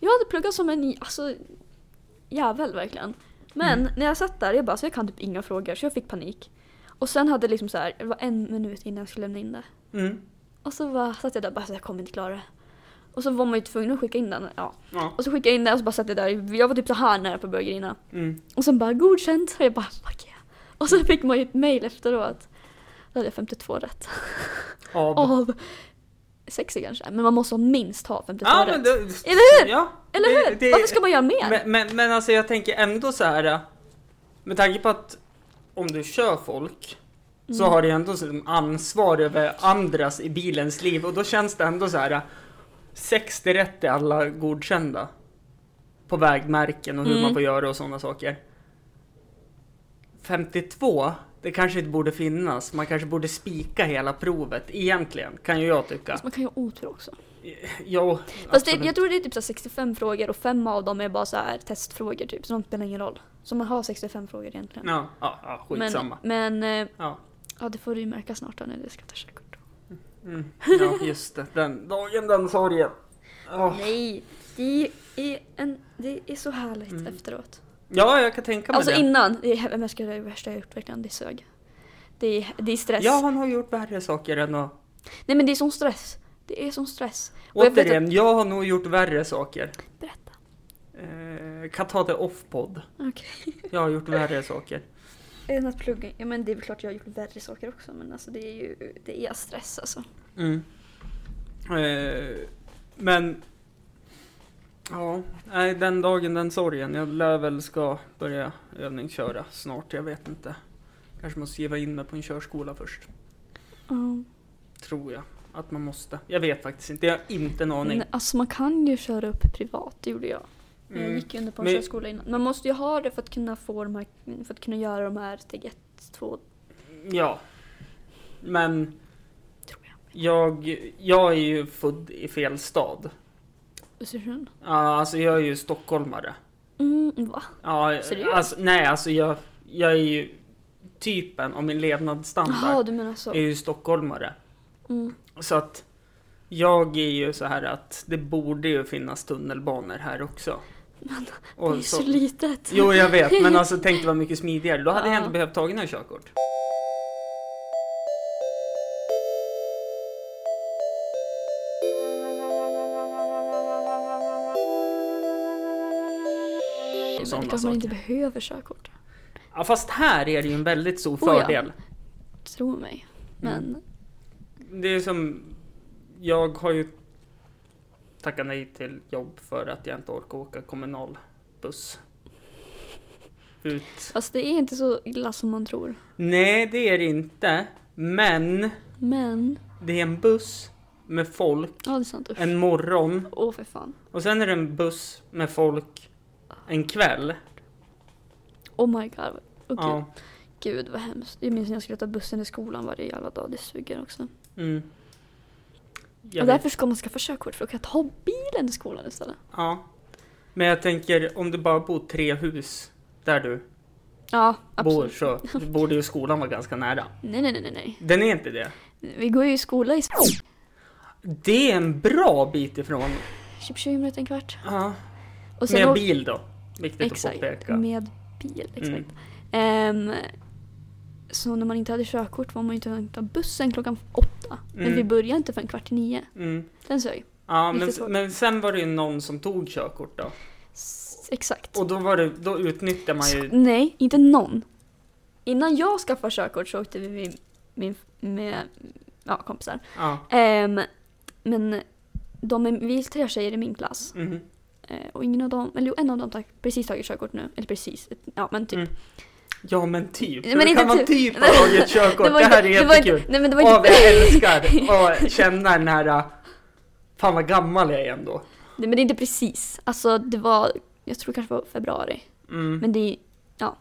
Jag hade pluggat som en alltså, jävel verkligen. Men
Mm.
när jag satt där, jag bara så jag kan typ inga frågor så jag fick panik. Och sen hade liksom så här, det var en minut innan jag skulle lämna in det.
Mm.
Och så bara, satt jag där och bara så jag kommer inte klara det. Och så var man ju tvungen att skicka in den. Ja.
Ja.
Och så skickade jag in den och så bara satt jag där. Jag var typ så här nära på att börja grina.
Mm.
Och sen bara godkänt. Och jag bara fuck yeah. Och så fick man ju ett mail efteråt. Då hade jag 52 rätt.
Av.
Av 60 kanske. Men man måste minst ha 52
Ja,
rätt.
men det,
Eller hur?
Ja,
Eller hur?
Det- det-
Varför ska man göra mer?
men, men, men alltså jag tänker ändå så här. äh, Med tanke på att om du kör folk så
Mm.
har du ju ändå som ansvar över andras i bilens liv och då känns det ändå så här. äh, 60 rätt är alla godkända. På vägmärken och hur
Mm.
man får göra och sådana saker. 52, det kanske inte borde finnas. Man kanske borde spika hela provet egentligen, kan ju jag tycka.
Fast Alltså, Man kan ju ha otur också.
Jo,
Fast det,
absolut.
jag tror det är typ så här 65 frågor och fem av dem är bara så här testfrågor typ. Så de spelar ingen roll. Så man har 65 frågor egentligen.
Ja, ja, ja skitsamma.
men, men eh,
Ja.
ja, det får du ju märka snart då när du ska ta körkort.
Mm, ja, just det. Den dagen, den sorgen. Ah. Åh.
Nej, det är, en, det är så härligt
Mm.
efteråt.
Ja, jag kan tänka mig
Alltså
det.
innan, det är hemskt, det är det värsta jag gjort verkligen, det sög. Det är, det är stress.
Ja, han har gjort värre saker än att...
Nej men det är sån stress. Det är sån stress. Och jag vet
Återigen, jag, har nog gjort värre saker.
att... Berätta.
Eh, kan ta det off-podd.
Okej.
Jag har gjort värre saker.
Än att plugga? Ja men det är väl klart jag har gjort värre saker också men alltså det är ju det är stress alltså.
Mm. Eh, men... Ja, nej, den dagen, den sorgen. Jag lär väl ska börja övningsköra snart. Jag vet inte. Kanske måste skriva in mig på en körskola först. Tror jag att man måste. Jag vet faktiskt inte. Jag har inte en aning.
Men, alltså man kan ju köra upp privat, det gjorde jag. Jag
Mm.
gick ju under på en
Men-
körskola innan. Man måste ju ha det för att kunna få de här, för att kunna göra de här steg ett, två,
Ja. Men
tror jag.
jag, jag är ju född i fel stad.
Östersund?
Ja, Alltså jag är ju stockholmare.
Mm, va?
Ja,
Seriöst?
alltså, nej, alltså jag, jag är ju typen av min
Jaha,
levnadsstandard
du menar så.
är ju stockholmare.
Mm.
Så att jag är ju så här att det borde ju finnas tunnelbanor här också.
Det är ju så litet.
Jo, jag vet, men alltså tänk det var mycket smidigare. Då hade
Ja.
jag inte behövt tagit några körkort.
Men det är
sådana
klart man
saker.
inte behöver körkort.
Ja, fast här är det ju en väldigt stor
Oh ja.
fördel.
Tro mig.
Mm.
Men
Det är som, jag har ju tackat nej till jobb för att jag inte orkar åka kommunalbuss. Ut.
fast det är inte så illa som man tror.
Nej, det är det inte. Men
Men,
det är en buss med folk
ja det är sant. Usch.
en morgon
Åh för fan.
och sen är det en buss med folk en kväll.
Oh my god. Åh, gud.
Ja.
Gud vad hemskt. Jag minns när jag skulle ta bussen till skolan varje jävla dag. Det suger också.
Mm. Jag
och
vet-
därför ska man skaffa körkort för att kunna ta bilen till skolan istället.
Ja. Men jag tänker om du bara bor tre hus där du
Ja,
bor
absolut.
så borde ju skolan vara ganska nära.
Nej, nej, nej, nej, nej.
Den är inte det.
Vi går ju i skola i
Det är en bra bit ifrån.
typ 20 minuter, en kvart.
Ja.
Och
Med
å-
bil då. Viktigt att
Exakt, Mm.
påpeka.
med bil. Exakt.
typ Mm.
Ehm, så när man inte hade körkort var man ju tvungen att ta bussen klockan åtta. Men
Mm.
vi började inte förrän kvart i nio.
Mm.
Den sög.
Ja,
Riktigt
men,
svårt.
men sen var det ju någon som tog körkort då.
S- Exakt.
Och då, var det, då utnyttjar man
Så-
ju...
Nej, inte någon. Innan jag skaffade körkort så åkte vi med, med, med ja, kompisar.
Ja.
Ehm, men de är, vi är tre tjejer i min klass.
Mhm.
Eh, och ingen av dem, eller jo, en av dem har precis tagit körkort nu. Eller precis, ett- ja men typ.
Mm. Ja men typ.
Men
Men Hur
inte
kan man
typ.
typ ha tagit körkort? Det, här är
det var
jättekul.
inte, nej men det var
Åh,
inte,
vad jag älskar att känna den här... äh, Fan vad gammal jag är ändå.
nej, men det är inte precis. Alltså det var, jag tror det kanske var februari.
Mm.
Men det är, ja.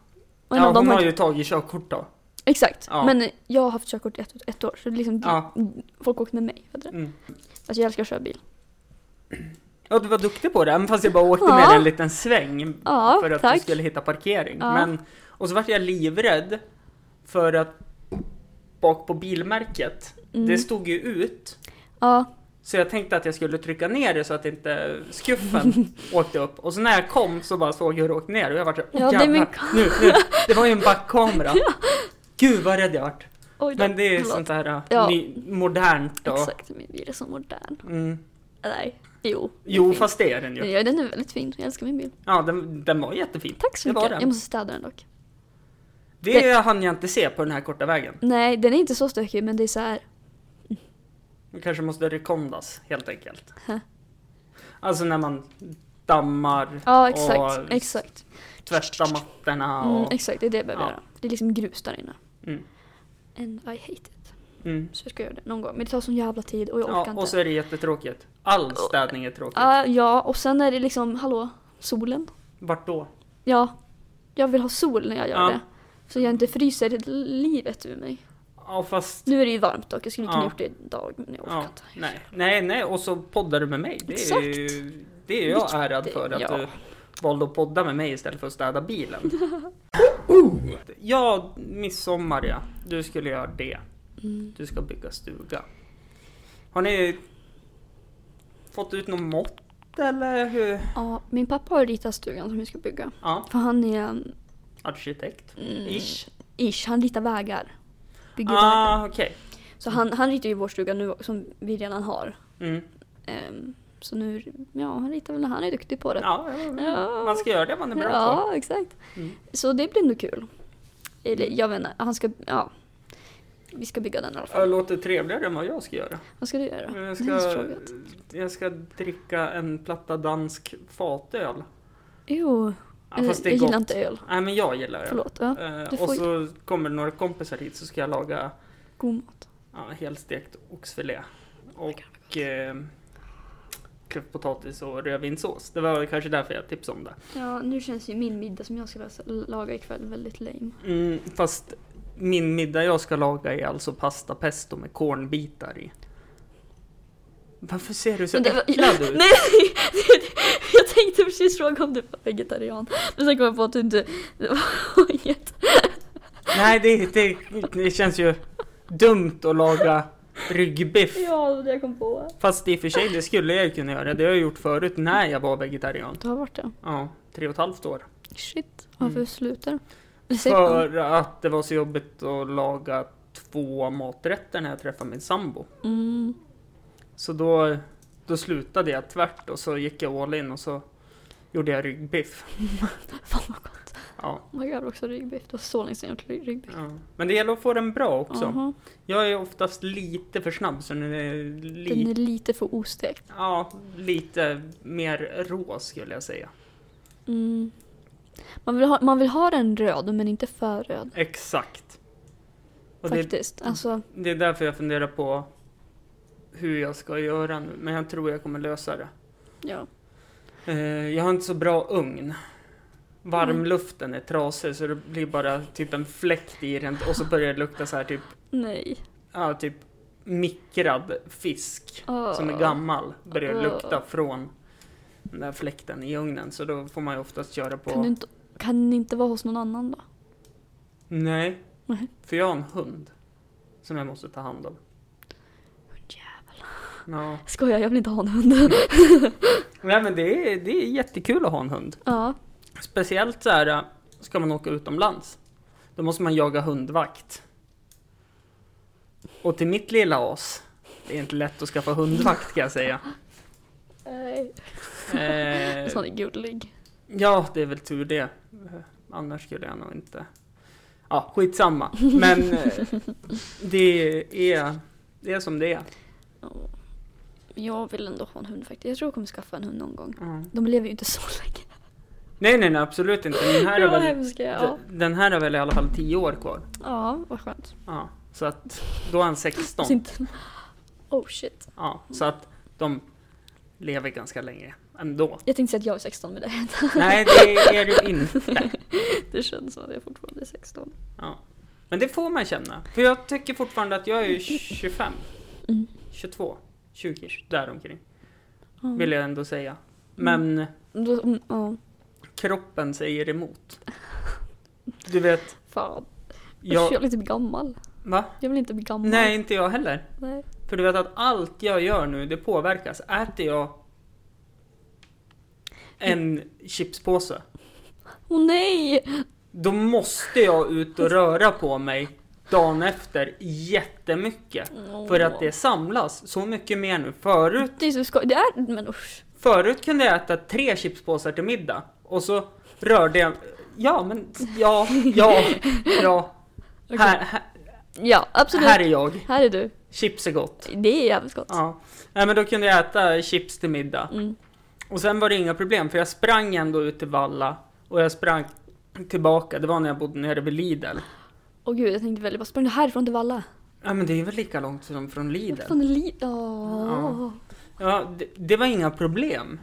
Och en
ja,
av dem
hon
har,
har ju tagit körkort då.
Exakt.
Ja.
Men jag har haft körkort i ett, ett år så det är liksom,
Ja.
folk åker med mig. fattar du?
Mm.
Alltså jag älskar att köra bil.
Ja, du var duktig på det, även fast jag bara åkte
Ja.
med en liten sväng
Ja,
för att du
tack.
skulle hitta parkering.
Ja.
Men, och så vart jag livrädd för att bak på bilmärket,
Mm.
det stod ju ut.
Ja,
Så jag tänkte att jag skulle trycka ner det så att inte skuffen åkte upp. Och så när jag kom så bara såg jag hur det åkte ner och jag vart såhär, åh
Ja, det är
jävlar,
min
nu, nu, det var ju en backkamera. Gud vad rädd jag vart.
oj då.
Men det är
förlåt.
sånt här
Ja.
ja. ny, modernt och...
Exakt, men vi är så modern.
Mm.
Nej, jo. det är
Jo,
fint.
fast det är den ju.
Ja, den är väldigt fin. Jag älskar min bil.
Ja, den, den var jättefin.
Tack så
Det var
mycket.
den.
Jag måste städa den dock.
Det,
Det-
hann jag inte se på den här korta vägen.
Nej, den är inte så stökig, men det är så här.
Vi kanske måste rekondas helt enkelt.
Huh.
Alltså när man dammar
Ja, exakt.
och
Exakt.
tvättar mattorna
Mm,
och...
exakt, det är det jag behöver
Ja.
göra. Det är liksom grus där inne.
Mm.
And I hate it.
Mm.
Så jag ska göra det någon gång. Men det tar sån jävla tid och jag orkar
Ja, och så
inte.
är det jättetråkigt. All städning är tråkigt.
Ja, ja, och sen är det liksom, hallå, solen.
Vart då?
Ja, jag vill ha sol när jag gör
Ja.
det. Så jag inte fryser livet ur mig.
Ja, fast...
Nu är det ju varmt dock, jag skulle kunna
Ja.
gjort det idag men jag orkar
Ja,
inte.
nej. nej, nej, och så poddar du med mig. Det är, ju, det är jag ärad för, att
Ja.
du valde att podda med mig istället för att städa bilen. Ja, midsommar ja. Du skulle göra det.
Mm.
Du ska bygga stuga. Har ni fått ut någon mått eller hur?
Ja, min pappa har ritat stugan som vi ska bygga.
Ja,
För han är, mm,
arkitekt. Ish.
ish, han ritar vägar. Bygger vägar.
Ah, okej.
Så han, han ritar ju vår stuga nu som vi redan har.
Mm.
Ehm, så nu, ja han ritar väl, han är duktig på det.
Ja,
Ja.
man ska göra det man är bra på.
Ja, exakt.
Mm.
Så det blir nog kul. Eller jag vet inte, han ska, ja. Vi ska bygga den i alla
Det
fall.
låter trevligare än vad jag ska göra.
Vad ska du göra?
Jag
Det är så
ska,
tråkigt.
jag ska dricka en platta dansk fatöl.
Jo,
Ja, fast det
jag
är
gillar
gott.
inte öl.
Nej men jag gillar öl.
Förlåt. Ja.
Eh, och
du får-
så kommer några kompisar hit så ska jag laga
God mat.
ja, helstekt oxfilé. Och eh, klyftpotatis och rödvinssås. Det var kanske därför jag tipsade om det.
Ja, nu känns ju min middag som jag ska läsa- laga ikväll väldigt lame.
Mm, fast min middag jag ska laga är alltså pasta pesto med kornbitar i. Varför ser du så
Men det var-
äcklad ut?
Nej, jag tänkte precis fråga om du var vegetarian. Men sen kom jag på att du inte var jätte...
Nej, det, det, det känns ju dumt att laga ryggbiff.
Ja, det var det jag kom på.
Fast i och för sig, det skulle jag ju kunna göra. Det har jag gjort förut när jag var vegetarian.
Du har varit det?
Ja, tre och ett halvt år.
Shit, varför
Mm.
slutar du? Det säger man.
För att det var så jobbigt att laga två maträtter när jag träffade min sambo.
Mm.
Så då, då slutade jag tvärt och så gick jag all in och så gjorde jag ryggbiff.
Fan vad gott.
Ja,
Oh my god, också ryggbiff. Det var så länge sedan jag åt ryggbiff.
ja. Men det gäller att få den bra också.
Aha.
Jag är oftast lite för snabb så den är,
Den
li-
är lite för ostekt.
ja, lite mer rå skulle jag säga.
Mm. Man, vill ha, man vill ha den röd, men inte för röd.
Exakt. Och det, Mm.
Faktiskt. Alltså,
Det är därför jag funderar på hur jag ska göra nu, men jag tror jag kommer lösa det.
ja.
Eh, Jag har inte så bra ugn.
Mm.
Varmluften är trasig så det blir bara typ en fläkt i den och så börjar det lukta så här typ,
Nej.
ja, typ mikrad fisk som är
Ah.
gammal börjar
Ah.
lukta från den där fläkten i ugnen så då får man ju oftast köra
Kan du
på...
inte, kan ni inte vara hos någon annan då?
Nej,
Nej.
för jag har en hund som jag måste ta hand om. Ja.
Skojar, jag vill inte ha en hund.
Nej men det är, det är jättekul att ha en hund.
ja.
Speciellt så här, äh, ska man åka utomlands, då måste man jaga hundvakt. Och till mitt lilla as, det är inte lätt att skaffa hundvakt kan jag säga.
Nej.
Eh,
Sån är gullig.
ja, det är väl tur det. Eh, Annars skulle jag nog inte... Ja, skitsamma. Men eh, det är, det är som det är.
Ja. Jag vill ändå ha en hund faktiskt. Jag tror jag kommer skaffa en hund någon gång.
Mm.
De lever ju inte så länge.
Nej, nej, nej, absolut inte. Den här,
Det
är
var
väl,
hemska. Ja.
den här är väl i alla fall 10 år kvar.
ja, vad skönt.
Ja, så att då är han 16.
Så inte- Oh shit.
Ja, så att de lever ganska länge ändå.
Jag tänkte säga att jag är 16 men det,
Nej, det är du inte.
det känns som att jag fortfarande är 16.
Ja. Men det får man känna. För jag tycker fortfarande att jag är ju 25,
Mm.
22, 20 däromkring.
Mm.
vill jag ändå säga. Men
Då- mm, Ja,
kroppen säger emot. Du vet,
fan. Jag
jag...
vill inte bli gammal.
Va?
Jag vill inte bli gammal.
Nej, inte jag heller.
Nej.
För du vet att allt jag gör nu, det påverkas. Äter jag en chipspåse,
Åh nej!
då måste jag ut och röra på mig dagen efter jättemycket. För att det samlas så mycket mer nu. Förut,
Det är så skoj. Det är... Men usch.
förut kunde jag äta tre chipspåsar till middag och så rörde jag... Ja, men ja, ja, ja.
Okej.
Här, här,
Ja, absolut.
här är jag.
Här är du.
Chips är gott.
Det är jävligt gott.
Ja. Nej, men då kunde jag äta chips till middag.
Mm.
Och sen var det inga problem, för jag sprang ändå ut till Valla och jag sprang tillbaka. Det var när jag bodde nere vid Lidl.
Åh gud, jag tänkte väldigt bara sprang du härifrån till Valla?
Ja, men det är väl lika långt som från
Vad
Lidl.
fan är li... Åh.
Ja, det, det var inga problem.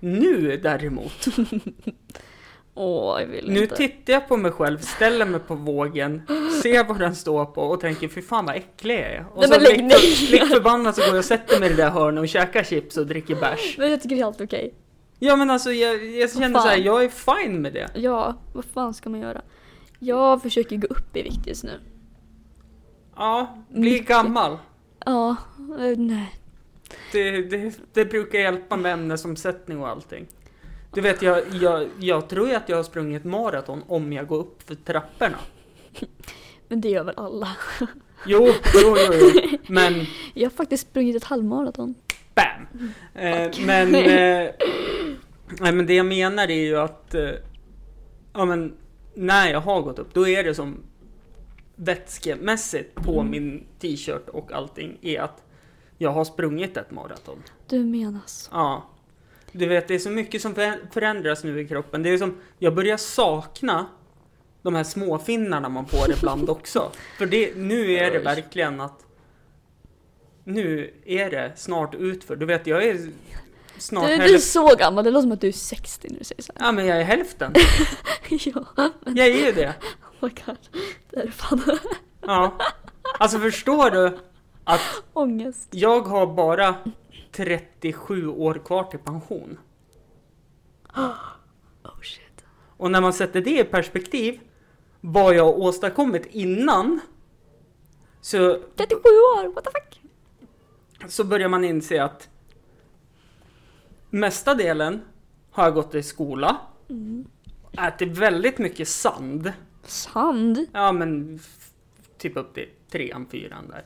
Nu däremot,
Åh, jag vill
nu
inte.
tittar jag på mig själv, ställer mig på vågen, ser vad den står på och tänker fy fan vad äcklig jag är. Och
Nej,
så
men lägg
lik
ner.
lik förbannat så går jag och sätter mig i det där hörnet och käkar chips och dricker bärs.
Men jag tycker det är helt okej.
Ja men alltså jag, jag känner
fan.
såhär, jag är fine med det.
Ja, vad fan ska man göra? Jag försöker gå upp i vikt just nu.
Ja, bli
Mycket.
gammal.
Ja, eh, nej.
Det, det, det brukar hjälpa med ämnesomsättning och allting. Du vet, jag, jag, jag tror ju att jag har sprungit maraton om jag går upp för trapporna.
Men det gör väl alla.
Jo, jo, jo, jo. men
Jag har faktiskt sprungit ett halvmaraton.
bam! Eh, Men, eh, nej, men det jag menar är ju att eh, ja, men, när jag har gått upp, då är det som vätskemässigt på
Mm.
min t-shirt och allting är att jag har sprungit ett maraton.
Du menar så.
Ja. Du vet, det är så mycket som förä- förändras nu i kroppen. Det är som, jag börjar sakna de här småfinnarna man får ibland också. För det, nu är det
Oj.
verkligen att... Nu är det snart utför. Du vet, jag är snart
Du, du är
hälften...
så gammal, det låter som att du är 60 när du säger så här.
Ja, men jag är hälften.
ja, men
Jag är ju det.
oh my god. Det är fan
Ja. Alltså, förstår du?
ångest.
Jag har bara 37 år kvar till pension.
Oh shit.
Och när man sätter det i perspektiv, vad jag har åstadkommit innan, så,
37 år, what the fuck?
så börjar man inse att mesta delen har jag gått i skola,
Mm.
ätit väldigt mycket sand.
Sand?
Ja men f- typ upp till trean, fyran där.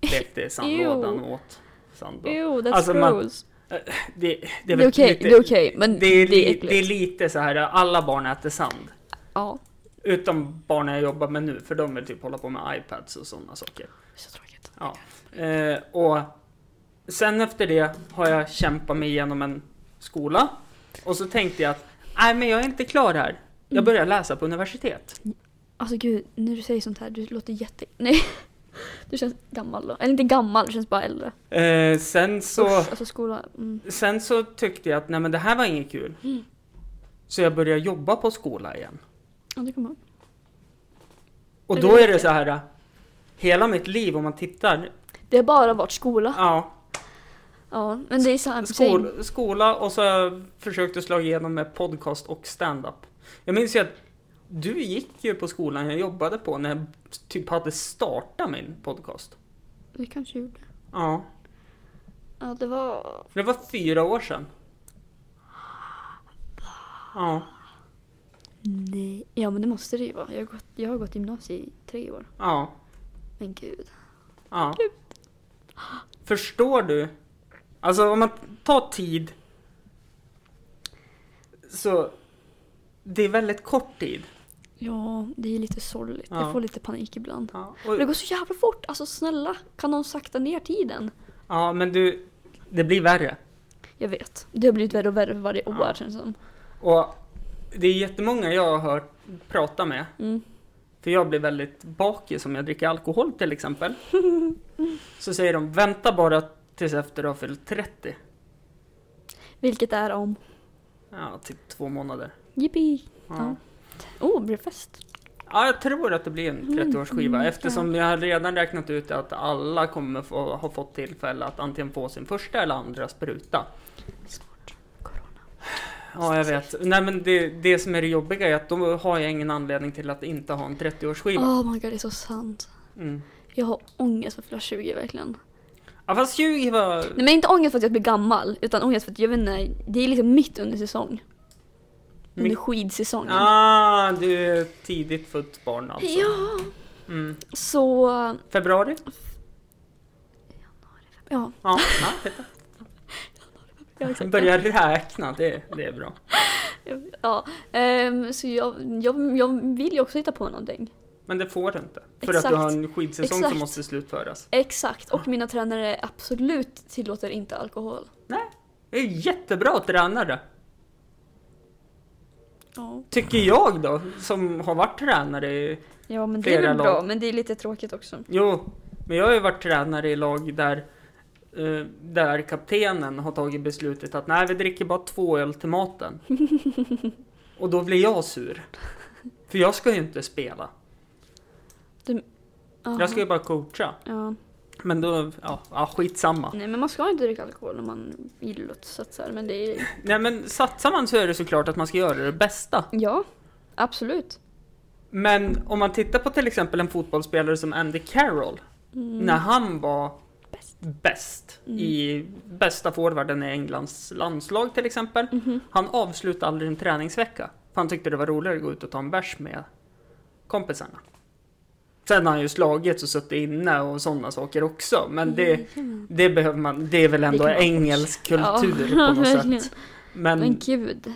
Lekte i sandlådan och åt sand. då.
Ew, that's
Alltså, man-
gross.
Det,
Det
väl
är okej,
lite-
det är okej, men
det är, li,
äckligt.
det är lite så här, alla barn äter sand.
Ja,
Utom barnen jag jobbar med nu, för de vill typ hålla på med iPads och sådana saker.
så tråkigt.
Ja. Eh, och sen efter det har jag kämpat mig igenom en skola. Och så tänkte jag att, nej men jag är inte klar här.
Mm.
Jag börjar läsa på universitet.
Alltså gud, när du säger sånt här, du låter jätte... Nej. Du känns gammal då. Eller inte gammal, du känns bara äldre.
Eh, sen, så,
Usch, alltså skola. Mm.
sen så tyckte jag att, nej men det här var inget kul. Så jag började jobba på skola igen.
Ja, det kommer jag ihåg.
Och
Är
då
det
är det
lite?
så här, äh, hela mitt liv om man tittar,
Det har bara varit skola.
ja,
Ja, men det är samma Skol...
Skol, skola och så har jag försökt att slå igenom med podcast och stand-up. Jag minns ju att du gick ju på skolan jag jobbade på när jag typ hade startat min podcast.
Det kanske gjorde.
Ja.
Ja, det var...
Det var fyra år sedan. Ja.
Nej. Ja, men det måste det ju vara. Jag har gått, jag har gått gymnasie i tre år.
Ja.
Men gud.
Ja. Förstår du? Alltså om man tar tid så det är väldigt kort tid.
Ja, det är lite sorgligt.
Ja.
Jag får lite panik ibland.
Ja.
Men
Och,
Det går så jävla fort. Alltså snälla, kan någon sakta ner tiden?
ja men du, det blir värre.
Jag vet. Det har blivit värre och värre för varje
Ja.
år känns det som.
Och det är jättemånga jag har hört prata med.
Mm.
För jag blir väldigt bakis om jag dricker alkohol till exempel. Så säger de, vänta bara tills efter du har fyllt 30.
Vilket är om...
Ja, typ två månader.
Jippi!
Ja.
Ja. Oh, blir det fest?
Ja, jag tror att det blir
Mm,
en 30-årsskiva eftersom jag har redan räknat ut att alla kommer få, ha fått tillfälle att antingen få sin första eller andra spruta.
Corona.
Ja, jag vet. Nej, men det, det som är det jobbiga är att då har jag ingen anledning till att inte ha en 30-årsskiva.
Oh my god, det är så sant.
Mm.
Jag har ångest för att fylla 20 verkligen.
Ja, fast 20 var...
Nej men inte ångest för att jag blir gammal, utan ångest för att jag vet inte, det är liksom mitt under säsong. Under
Mitt-
skidsäsongen.
Ah, du är ett tidigt fött barn alltså.
Ja!
Mm.
Så,
Februari? Ja,
ja.
ja titta.
ja, exakt.
Börja räkna, det, det är bra.
Ja, ehm, så jag, jag, jag vill ju också hitta på någonting.
Men det får du inte. För att
Exakt.
du har en skidsäsong
Exakt.
som måste slutföras.
Exakt,
Ah.
och mina tränare absolut tillåter inte alkohol.
Det är jättebra tränare.
Ja,
Tycker jag då, som har varit tränare i...
ja men det är
Flera
väl bra,
lag.
men det är lite tråkigt också.
Jo, men jag har ju varit tränare i lag där, eh, där kaptenen har tagit beslutet att nej, vi dricker bara två öl till maten. Och då blir jag sur. För jag ska ju inte spela.
Aha.
Jag ska ju bara coacha.
Ja.
Men då, ja, ja skitsamma.
Nej men man ska inte dricka alkohol när man idrottssatsar, men det är...
Nej men satsar man så är det såklart att man ska göra det bästa.
Ja, absolut.
Men om man tittar på till exempel en fotbollsspelare som Andy Carroll,
Mm.
när han var
Bäst.
bäst
Mm.
i bästa forwarden i Englands landslag till exempel.
Mhm.
Han avslutade aldrig en träningsvecka, för han tyckte det var roligare att gå ut och ta en bärs med kompisarna. Sen har han ju slagits och suttit inne och sådana saker också, men det, det behöver man, det är väl ändå
Mm. kan man
engelsk kultur
Ja,
på något
verkligen.
sätt.
Men
Men
gud.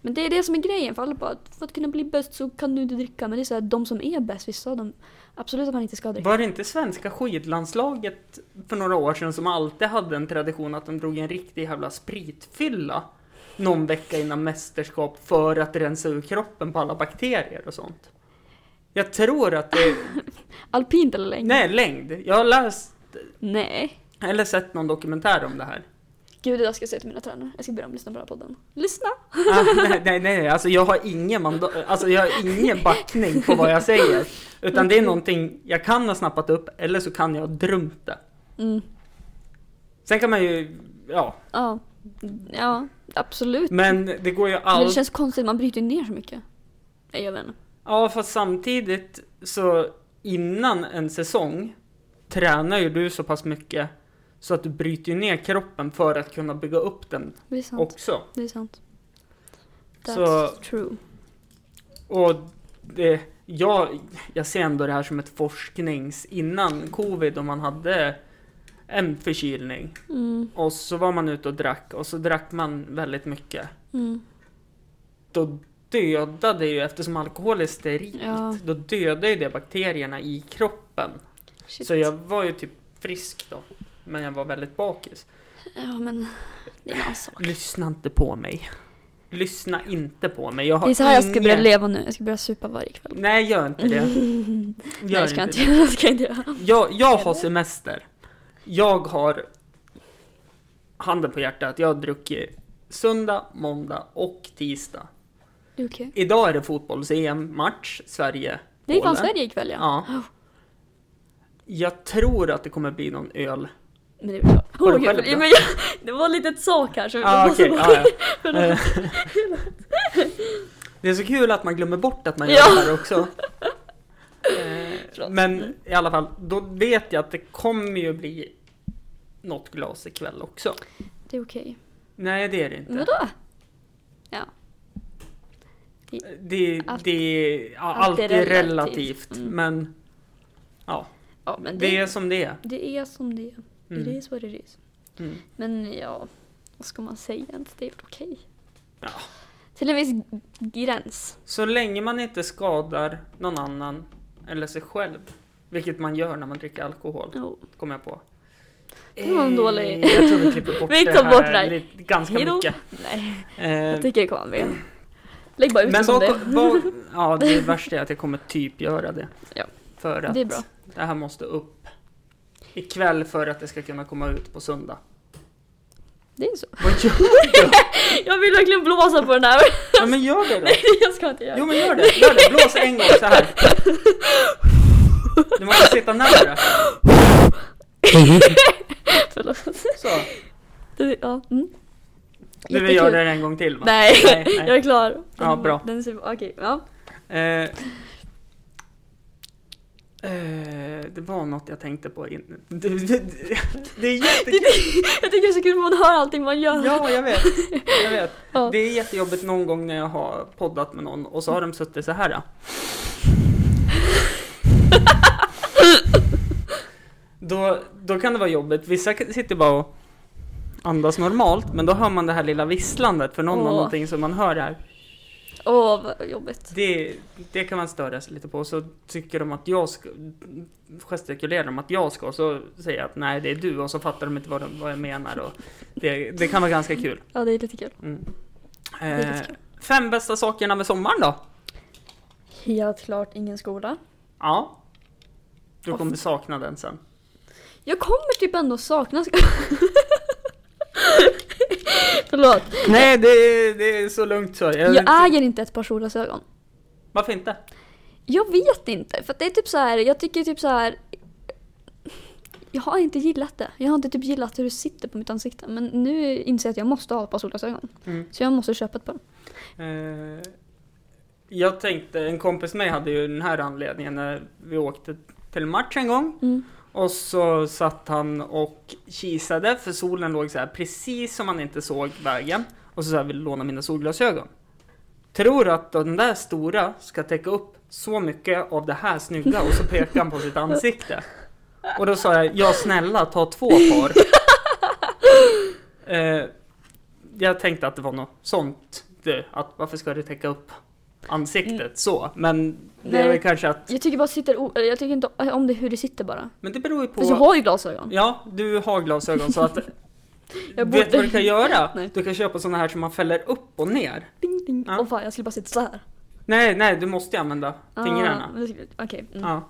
Men det är det som är grejen för alla bara, för att kunna bli bäst så kan du inte dricka. Men det är så här, de som är bäst, vissa av dem, absolut att man inte ska dricka.
Var det inte svenska skidlandslaget för några år sedan som alltid hade en tradition att de drog en riktig jävla spritfylla någon vecka innan mästerskap för att rensa ur kroppen på alla bakterier och sånt? Jag tror att det...
Alpint eller längd?
Nej, längd. Jag har läst
Nej.
eller sett någon dokumentär om det här.
Gud, jag ska säga till mina tränare. Jag ska be dem lyssna på den här podden. Lyssna!
Ah, nej, nej, nej, alltså jag har ingen manda- alltså jag har ingen backning på vad jag säger. Utan det är någonting jag kan ha snappat upp eller så kan jag ha drömt det.
Mm.
Sen kan man ju, ja,
Ja. Ja, absolut.
men det går ju
Men det
alltid
känns konstigt, man bryter ju ner så mycket. Nej, Jag vet inte.
Ja, fast samtidigt så innan en säsong tränar ju du så pass mycket så att du bryter ju ner kroppen för att kunna bygga upp den
Det är sant.
också.
Det är sant. That's
Så-
true.
Och det, jag, jag ser ändå det här som ett forsknings... Innan covid, om man hade en förkylning
Mm,
och så var man ute och drack och så drack man väldigt mycket.
mm.
Då dödade ju, eftersom alkohol är sterilt,
Ja.
då dödade ju det bakterierna i kroppen.
Shit.
Så jag var ju typ frisk då. Men jag var väldigt bakis.
Ja, men alltså. det är en annan sak.
Lyssna inte på mig. Lyssna inte på mig. Jag har
Det är så här jag ska
ingen-
börja leva nu. Jag ska börja supa varje kväll.
Nej, gör inte det.
Nej,
Gör
jag ska
inte
inte
det.
göra. Jag ska inte göra.
Jag, jag har semester. Jag har handen på hjärtat. Jag har druckit söndag, måndag och tisdag.
Det är okej.
Idag är det fotbolls-EM-match. Sverige.
Det är
Polen.
fan Sverige ikväll ja.
Ja. Jag tror att det kommer bli någon öl.
Men det är väl klart.
Har du
Åh,
själv
gud,
då?
men jag, det var ett litet sak här så vi
Ah,
måste
okej,
bara-
ah, ja. Eh, Det är så kul att man glömmer bort att man gör
Ja.
det här också. Eh,
Förlåt.
Men i alla fall, då vet jag att det kommer ju bli något glas ikväll också.
Det är okej.
Nej, det är det
Men
inte.
vadå?
Eh, Det,
Allt-
det, ja,
allt
allt
är
är
relativt.
relativt,
Mm.
men ja,
Ja men det,
det är som det är.
det är som det är.
Mm.
It is what it is.
Mm.
Men ja, vad ska man säga ens? Det är väl okej.
Ja.
Till en viss gräns.
Så länge man inte skadar någon annan eller sig själv, vilket man gör när man dricker alkohol.
Jo.
kom jag på.
Det var en
Eh,
dålig-
Jag tror vi klipper bort
Vi
det
tar
här
bort det här.
lite- ganska
Hejdå.
mycket.
Nej,
Eh,
jag tycker det kommer med. Lägg bara ut det
men
som
vad,
det.
vad, ja, det värsta är att jag kommer typ göra det.
Ja,
För att
Det är bra.
det här måste upp ikväll för att det ska kunna komma ut på söndag.
Det är så.
Vad gör du?
Jag vill verkligen blåsa på den här.
Ja men gör det då.
Nej, jag ska inte göra
Jo men gör det, gör det. Blås en gång så här. Du måste sitta nära.
Förlåt.
Så.
Det- Ja, mm.
Du vill
Jättekul.
göra det en gång till va?
Nej,
Nej, nej.
jag är klar.
Ja, bra.
Den ser, okej, ja.
Eh, eh, det var något jag tänkte på innan. Det, det, det är
Det,
jättekul.
det, jag tycker det är så kul, man hör allting man gör.
Ja, jag vet. Jag vet.
Ja.
Det är jättejobbigt någon gång när jag har poddat med någon och så har de suttit så här. Då, då, då kan det vara jobbigt. Vissa k- sitter bara och andas normalt, men då hör man det här lilla visslandet för någon har
Åh.
någonting som man hör här.
Åh, vad jobbigt.
Det, det kan man störa sig lite på. Så tycker de att jag ska, gestikulerar de att jag ska, och så säger jag att nej, det är du, och så fattar de inte vad, de, vad jag menar. Och det, det kan vara ganska kul.
Ja, det är lite kul.
Mm.
är lite
Eh, fem bästa sakerna med sommaren då?
Helt klart ingen skola.
Ja. Du
Och-
kommer sakna den sen.
Jag kommer typ ändå sakna skolan. Förlåt.
Nej, det, är- det är så lugnt så. Jag,
Jag äger inte ett par solglasögon.
Varför inte?
Jag vet inte, för att det är typ så här, jag tycker typ så här. Jag har inte gillat det. Jag har inte typ gillat hur det sitter på mitt ansikte. Men nu inser jag att jag måste ha ett par solglasögon.
Mm.
Så jag måste köpa ett par.
Eh, jag tänkte, en kompis med mig hade ju den här anledningen när vi åkte till match en gång.
Mm.
Och så satt han och kisade för solen låg så här precis som han inte såg vägen. Och så sa jag, vill du låna mina solglasögon? Tror du att den där stora ska täcka upp så mycket av det här snygga? Och så pekade han på sitt ansikte. Och då sa jag, ja snälla ta två par. eh, jag tänkte att det var något sånt. Du, att varför ska det täcka upp ansiktet så? Men det är
Mm. Nej.
väl kanske att,
Jag tycker bara sitter, o- eller jag tycker inte om det hur det sitter bara.
men det beror ju på.
Fast jag har ju glasögon.
Ja, du har glasögon så att
Jag
Vet du vad du kan göra?
Nej.
Du kan köpa såna här som man fäller upp och ner.
Ding, ding.
Ja.
Åh fan, jag skulle bara sitta så här.
Nej, nej, du måste ju använda
Ah,
fingrarna.
men det skulle- Okej. mm.
Ja.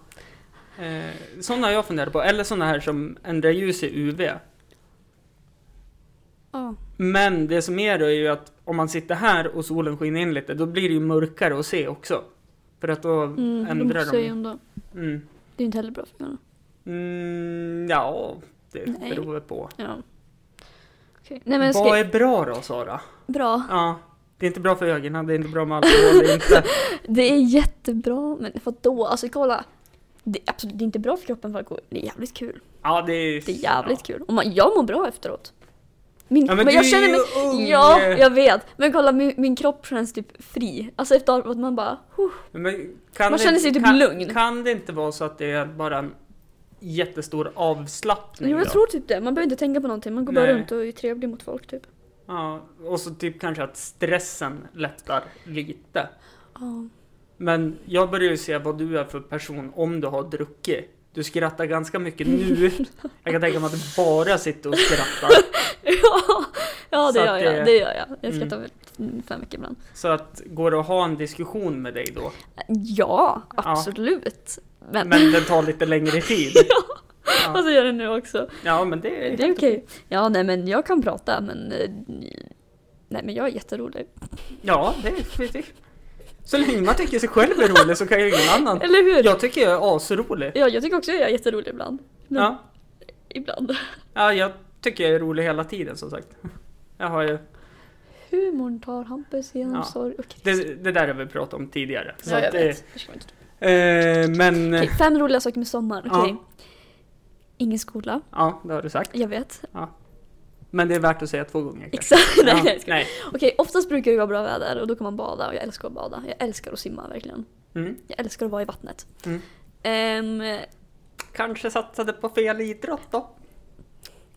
Eh, såna jag funderar på, eller såna här som ändrar ljus i UV.
Ja.
Men det som är då är ju att om man sitter här och solen skiner in lite, då blir det ju mörkare att se också. För att då
Mm,
ändrar
de...
de.
Ändå.
Mm.
Det är inte heller bra för ögonen.
Mm, ja, det
Nej.
beror väl på.
Ja. Okej. Nej men jag ska...
Vad är bra då Sara?
Bra.
Ja, det är inte bra för ögonen, det är inte bra med alkohol, det är inte...
Det är jättebra, men vadå? Alltså kolla. Det, är absolut, det är inte bra för kroppen för alkohol. Det är jävligt kul.
Ja, det är...
Det är jävligt kul. Och man, jag mår bra efteråt. Min,
Ja, men
men,
du
jag
är
känner
ju
mig...
ung.
Ja, jag vet. Men kolla, min, min kropp känns typ fri. Alltså efter att man bara... huh.
Men kan
Man
det-
känner sig typ
kan,
lugn.
Kan det inte vara så att det är bara en jättestor avslappning?
Jo, jag
då?
tror typ det. Man behöver inte tänka på någonting. Man går
Nej.
bara runt och är trevlig mot folk typ.
Ja, och så typ kanske att stressen lättar lite.
Ja.
Men jag börjar ju se vad du är för person om du har druckit. Du skrattar ganska mycket nu. Jag kan tänka mig att du bara sitter och skrattar.
Ja, ja det
Så
gör
att det- Mm.
jag. Det gör jag. Jag skrattar väl för mycket ibland.
Så att, går det att ha en diskussion med dig då?
Ja, absolut. Men,
Men det tar lite längre tid.
och så gör det nu också.
Ja, men det är...
Det är okej. Ja, nej men jag kan prata men... eh, Nej men jag är jätterolig.
Ja, det är... det- Så länge man tycker sig själv är rolig så kan ju ingen annan
Eller hur?
Jag tycker jag är asrolig.
Ja, jag tycker också att jag är jätterolig ibland. Men
Ja.
Ibland.
ja, jag tycker jag är rolig hela tiden som sagt. Jag har ju,
Humorn tar Hampus genom
Ja.
sorg och kris.
det, det där har vi pratat om tidigare. Så
Ja, jag
att det-
vet. Förstår inte.
Eh, men...
Okej, fem roliga saker med sommaren.
Ja.
Okej. Ingen skola.
Ja, det har du sagt.
Jag vet.
Men det är värt att säga två gånger. kanske.
Exakt. nej, nej, jag
ja,
skojar.
nej.
Okej, oftast brukar det vara bra väder och då kan man bada och jag älskar att bada. Jag älskar att simma verkligen.
Mm.
Jag älskar att vara i vattnet.
Mm.
Ehm,
Kanske satsade på fel idrott då?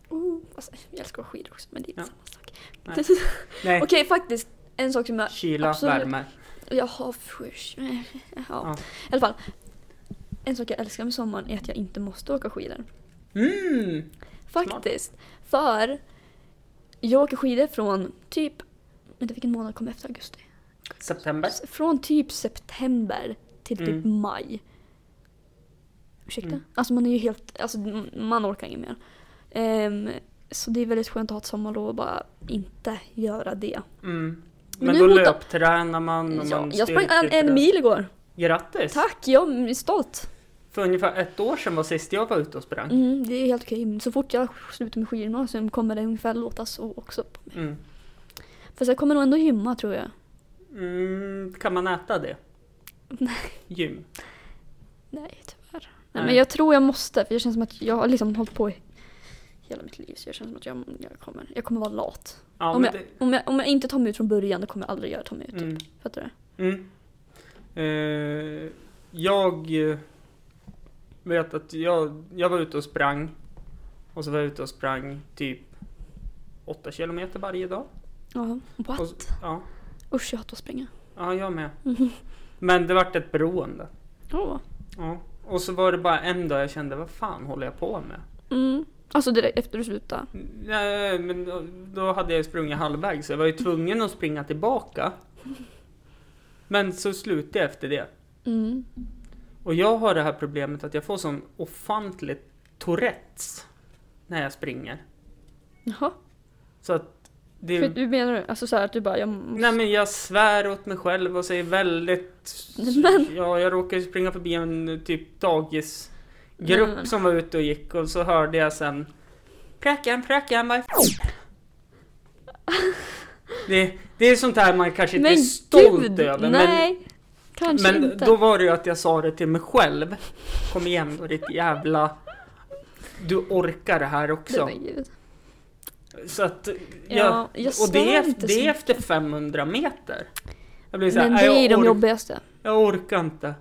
oh, alltså, jag älskar att vara skidor också men det är inte
Nej.
samma sak.
Nej.
Okej, faktiskt en sak som jag...
Kyla,
Absolut.
värme.
Jag har... fush. Ja.
Ja.
I alla fall. En sak jag älskar med sommaren är att jag inte måste åka skidor.
Mm.
Faktiskt. För jag åker skidor från typ... Vänta, vilken månad kom efter augusti?
September.
S- Från typ september till typ
Mm.
maj. Ursäkta?
Mm.
Alltså man är ju helt... Alltså m- man orkar inget mer. Ehm, Så det är väldigt skönt att ha ett sommarlov och bara inte göra det.
Mm.
Men
Men
nu
då
mot-
löptränar man och
Ja,
man
jag sprang en,
styrketränar.
en mil igår.
Grattis!
Tack, jag är stolt.
För ungefär ett år sedan var sist jag var ute och sprang.
Mm, det är helt okej. Så fort jag slutar med skidgymnasium kommer det ungefär låta så också.
Mm.
Fast jag kommer nog ändå gymma tror jag.
Mm, kan man äta det? Gym.
Nej, tyvärr. Nej,
Nej.
men jag tror jag måste, för det känns som att jag har liksom hållit på i hela mitt liv. Så jag känner som att jag, jag, kommer, jag kommer vara lat.
Ja,
om,
men
jag,
det,
om, jag, om jag inte tar mig ut från början, då kommer jag aldrig göra ta mig ut.
Mm.
Typ. Fattar du?
Mm. Eh, jag eh, vet att jag, jag var ute och sprang. Och så var jag ute och sprang typ 8 kilometer varje dag.
Ja.
Och,
What?
s- ja,
Usch, jag hatar att springa.
ja, jag med.
Mhm.
Men det vart ett beroende.
Åh.
Ja. Och så var det bara en dag jag kände, vad fan håller jag på med?
Mm. Alltså direkt efter du slutade.
Nej, men då, då hade jag sprungit halvvägs så jag var ju tvungen att springa tillbaka. Men så slutade jag efter det.
Mm.
Och jag har det här problemet att jag får sån ofantligt Tourettes när jag springer.
Jaha.
Så att det
För du menar alltså så här att du bara, jag måste...
Nej men jag svär åt mig själv och säger väldigt...
Men-
Ja, jag råkade springa förbi en typ
Nej, men-
dagisgrupp som var ute och gick och så hörde jag sen Prackan, prackan, vad f- det, det är sånt här man kanske inte är stolt
gud,
över.
Nej. Kanske
men, men
inte.
då var det ju att jag sa det till mig själv. Kom igen då ditt jävla... Du orkar det här
Det
också.
var gud.
Så att...
Ja, jag
och det är,
svär inte
det
så
är efter 500 meter. Jag blir så här,
Men det
"Nej, jag
är de
orkar
jobbigaste.
jag orkar inte.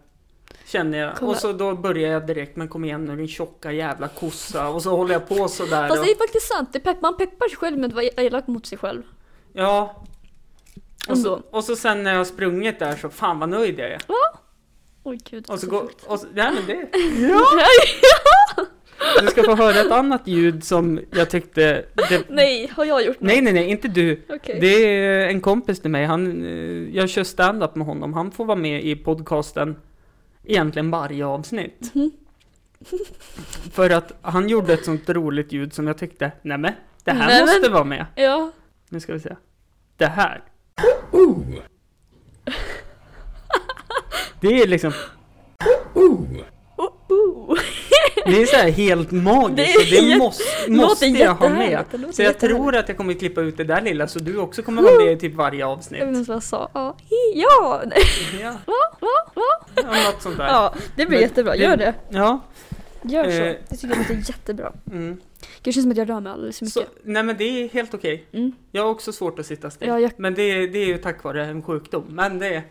Känner jag.
Kolla.
Och så då börjar jag direkt, men kom igen nu din tjocka jävla kossa. Och så håller jag på sådär.
Fast
och,
det är faktiskt sant, det pepp, man peppar sig själv med att vara elak mot sig själv.
Ja. Och så,
Ändå.
och så sen när jag har sprungit där så fan vad nöjd jag är.
Oj gud. Alltså,
Och så
så
går...
sjukt.
Och så, nej, men det, du ska få höra ett annat ljud som jag tyckte... Det,
Nej, har jag gjort något?
nej, nej, nej, inte du.
Okej.
Det är en kompis till mig. Han, eh, jag kör stand-up med honom. Han får vara med i podcasten egentligen varje avsnitt.
Mhm.
För att han gjorde ett sånt roligt ljud som jag tyckte, nej men det här
Nej, men-
måste vara med.
Ja.
Nu ska vi se. Det här. Det är liksom,
Oh, oh.
det är så här helt magiskt
Det är
och det
jätte-
måste,
låter
måste jag ha med.
jättehärligt, det låter
Så jag
jättehärligt.
tror att jag kommer klippa ut det där lilla så du också kommer vara med i typ varje
Jag vet
avsnitt.
inte ens vad jag sa. Ja. hi- Ja! nej.
Ja,
Mm. Va? Va? Va?
ja, något sånt där.
ja det blir
Men
jättebra,
det-
gör det.
Ja.
Gör så.
Eh.
Det tycker jag låter jättebra.
Mm.
Gud, Det känns som att jag rör mig alldeles för
Så,
mycket.
nej men det är helt okej.
Mm.
Jag har också svårt att sitta still.
Ja, jag-
Men det, det är ju tack vare en sjukdom. Men det...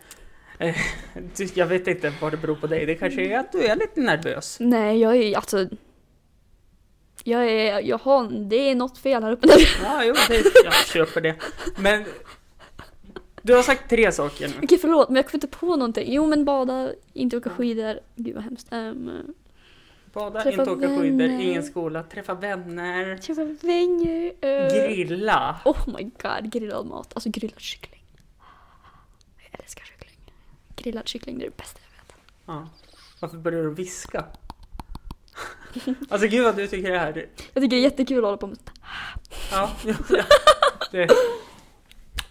Eh, du- jag vet inte vad det beror på dig. Det kanske är att du är lite nervös.
Nej, jag är alltså... Jag är, jag har, det är något fel här uppe. Okej,
Ja, jo, det, jag köper det. Men... Du har sagt tre saker nu.
förlåt, men jag kom inte på någonting. Jo, men bada, inte åka skidor. Gud vad hemskt. Um,
Bada,
Träffa
inte åka skidor,
vänner.
ingen skola, träffa vänner,
träffa vänner. eh,
grilla.
Oh my god, grillad mat. Alltså grillad kyckling. Jag älskar kyckling. Grillad kyckling, det är det bästa jag vet.
Ja. Varför börjar du viska? Alltså gud vad du tycker det här
Jag tycker det är jättekul att hålla på med sånt.
Ja, ja, ja. Det.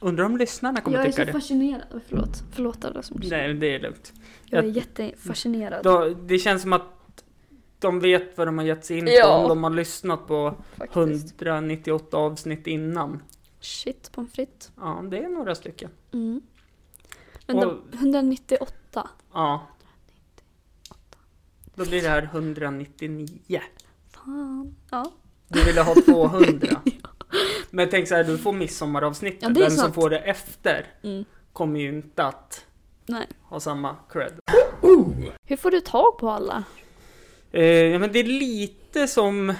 Undrar om lyssnarna kommer
Jag är
tycka
så
det.
fascinerad. Oj, Förlåt, förlåt alla som lyssnar.
Nej, det är lugnt.
Jag är
jag-
jättefascinerad.
Då, det känns som att de vet vad de har gett sig in på
Ja.
om de har lyssnat på
faktiskt.
198 avsnitt innan.
Shit, pommes frites.
Ja, det är några stycken.
Mm. Vänta,
Och-
198.
Ja. Då blir det här 199.
Fan. Ja.
Du ville ha 200. Men tänk så här, du får midsommaravsnittet.
Ja, det är
Den som
sant.
får det efter
Mm.
kommer ju inte att
Nej.
ha samma cred.
Hur får du tag på alla?
Eh, ja, men det är lite som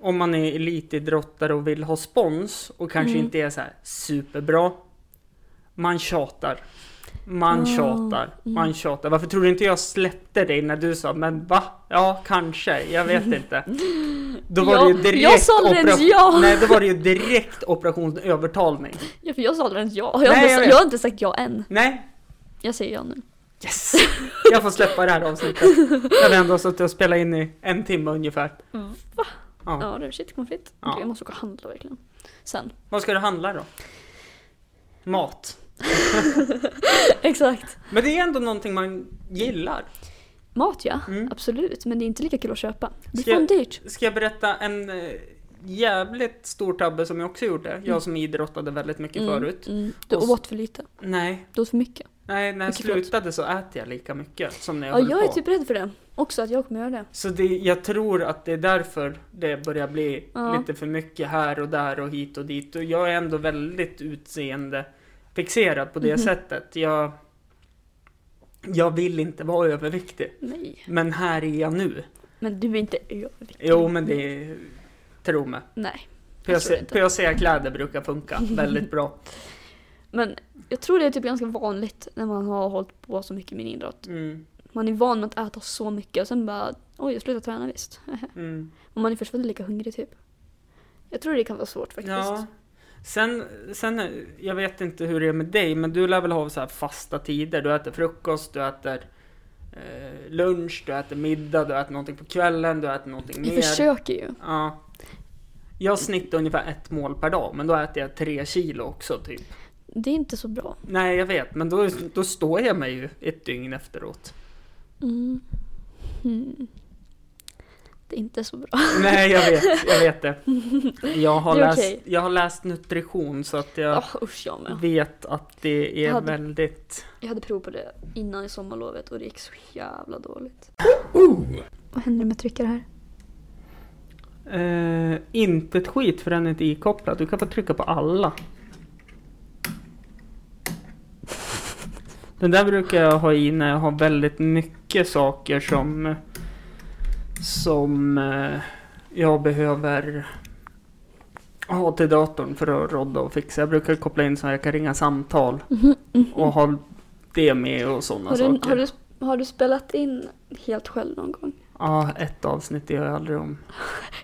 om man är elitidrottare och vill ha spons och kanske
Mm.
inte är så här superbra. Man tjatar. Man
Ah,
tjatar. Man tjatar. Varför tror du inte jag släppte dig när du sa men va? Ja, kanske. Jag vet inte. Då var det ju
Jag-
direkt
jag sa aldrig ens
opera-
ja.
Nej, då var det ju direkt operationsövertalning.
Ja, för jag sa aldrig ens ja. Jag, har
Nej,
inte
jag
sa-
vet.
jag har inte sagt ja än.
Nej,
Jag säger ja nu.
yes! Jag får släppa det här avsnittet. Jag har ändå suttit och spelat in i en timme ungefär.
Mm.
Ja.
Ja, rövshit kommer fritt.
Ja.
Gud, Jag måste åka och handla verkligen. Sen.
Vad ska du handla då? Mat.
Exakt.
Men det är ändå någonting man gillar.
Mat ja,
Mm.
absolut. Men det är inte lika kul att köpa. Det
Ska-
är fan dyrt.
Ska jag berätta en eh, jävligt stor tabbe som jag också gjorde? Jag som idrottade väldigt mycket
Mm,
förut.
Mm. Du
Och s-
åt för lite.
Nej,
Du åt för mycket.
nej, när jag
Okej, förlåt.
slutade så äter jag lika mycket som när jag
Ja,
höll
jag är
på.
typ rädd för det. Också att jag kommer göra det.
Så det, jag tror att det är därför det börjar bli
Ja.
lite för mycket här och där och hit och dit. Och jag är ändå väldigt utseendefixerad på det
Mhm.
sättet. Jag, jag vill inte vara överviktig.
Nej.
Men här är jag nu.
Men du är inte överviktig.
Jo, men det är... Tro mig.
Nej. Mm. Jag tror inte.
PHC-kläder brukar funka väldigt bra.
Men jag tror det är typ ganska vanligt när man har hållit på så mycket med en idrott.
Mm,
Man är van med att äta så mycket och sen bara oj, jag slutar träna visst.
mm.
Och man är fortfarande lika hungrig typ. Jag tror det kan vara svårt faktiskt.
Ja. Sen, sen, jag vet inte hur det är med dig, men du lär väl ha så här fasta tider? Du äter frukost, du äter eh, lunch, du äter middag, du äter någonting på kvällen, du äter någonting
Jag
mer.
försöker ju.
Ja. Jag snittar ungefär ett mål per dag, men då äter jag tre kilo också typ.
Det är inte så bra.
Nej, jag vet, men då, då står jag mig ju ett dygn efteråt.
Mm. Hmm. Det är inte så bra.
Nej, jag vet, jag vet det. Jag har,
Det är
läst,
okej.
jag har läst nutrition så att jag
Åh, usch jag med.
vet att det är
Jag hade-
väldigt...
Jag hade prov på det innan i sommarlovet och det gick så jävla dåligt. Vad händer med tryckare här?
Eh, inte ett skit för den är inte ikopplad. Du kan få trycka på alla. Den där brukar jag ha i när jag har väldigt mycket saker som... Som eh, jag behöver ha till datorn för att rodda och fixa. Jag brukar koppla in så att jag kan ringa samtal och ha det med och sådana
Mhm, Har du,
saker.
har, du, har du spelat in helt själv någon gång?
Ja, ett avsnitt det gör jag aldrig om.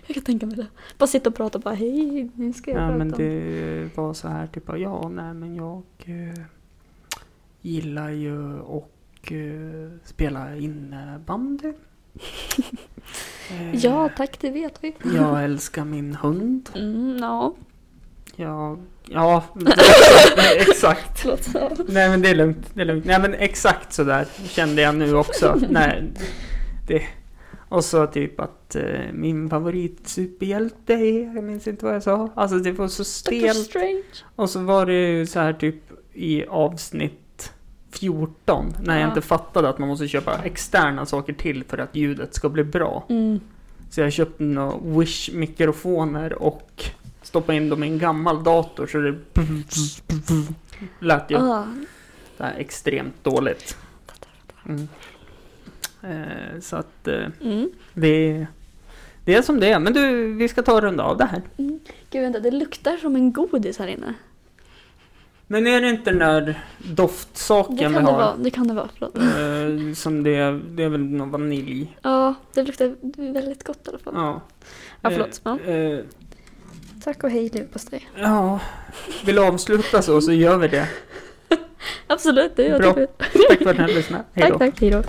Jag kan tänka mig det. Bara sitta och prata och bara hej, nu ska jag
Ja,
prata
men
om...
det var så här typ av, ja nej men jag eh, gillar ju och eh, spela innebandy. Eh,
Ja tack, det vet vi.
Jag älskar min hund.
Mm, ja,
Jag, ja, exakt.
förlåt. Ja.
Nej men det är lugnt, det är lugnt. Nej men exakt sådär kände jag nu också. Nej, det. Och så typ att eh, min favorit superhjälte är, jag minns inte vad jag sa. Alltså det var så
Doctor
stelt.
Strange.
Och så var det ju så här typ i avsnitt 14 när jag
Ja.
inte fattade att man måste köpa externa saker till för att ljudet ska bli bra.
Mm.
Så jag köpte några Wish-mikrofoner och stoppade in dem i en gammal dator så det lät ju
Ah,
så här extremt dåligt. Mm. Eh, Så att eh,
mm.
det är, det är som det är. Men du, vi ska ta och runda av det här.
mm. Gud vänta, det luktar som en godis här inne.
Men är det inte den där
Det
doftsaken
kan
vi
det
har?
vara, det kan det vara, förlåt.
Eh, som det, det är väl någon vanilj.
Ja, det luktar väldigt gott i alla fall.
Ja.
Ja, förlåt. Ja.
Eh, eh,
Tack och hej leverpastej.
ja. Vill du avsluta så, så gör vi det.
Absolut, det gör
Bra.
jag. tycker.
Tack för att ni har lyssnat. Hej då.
Tack, tack, hej då.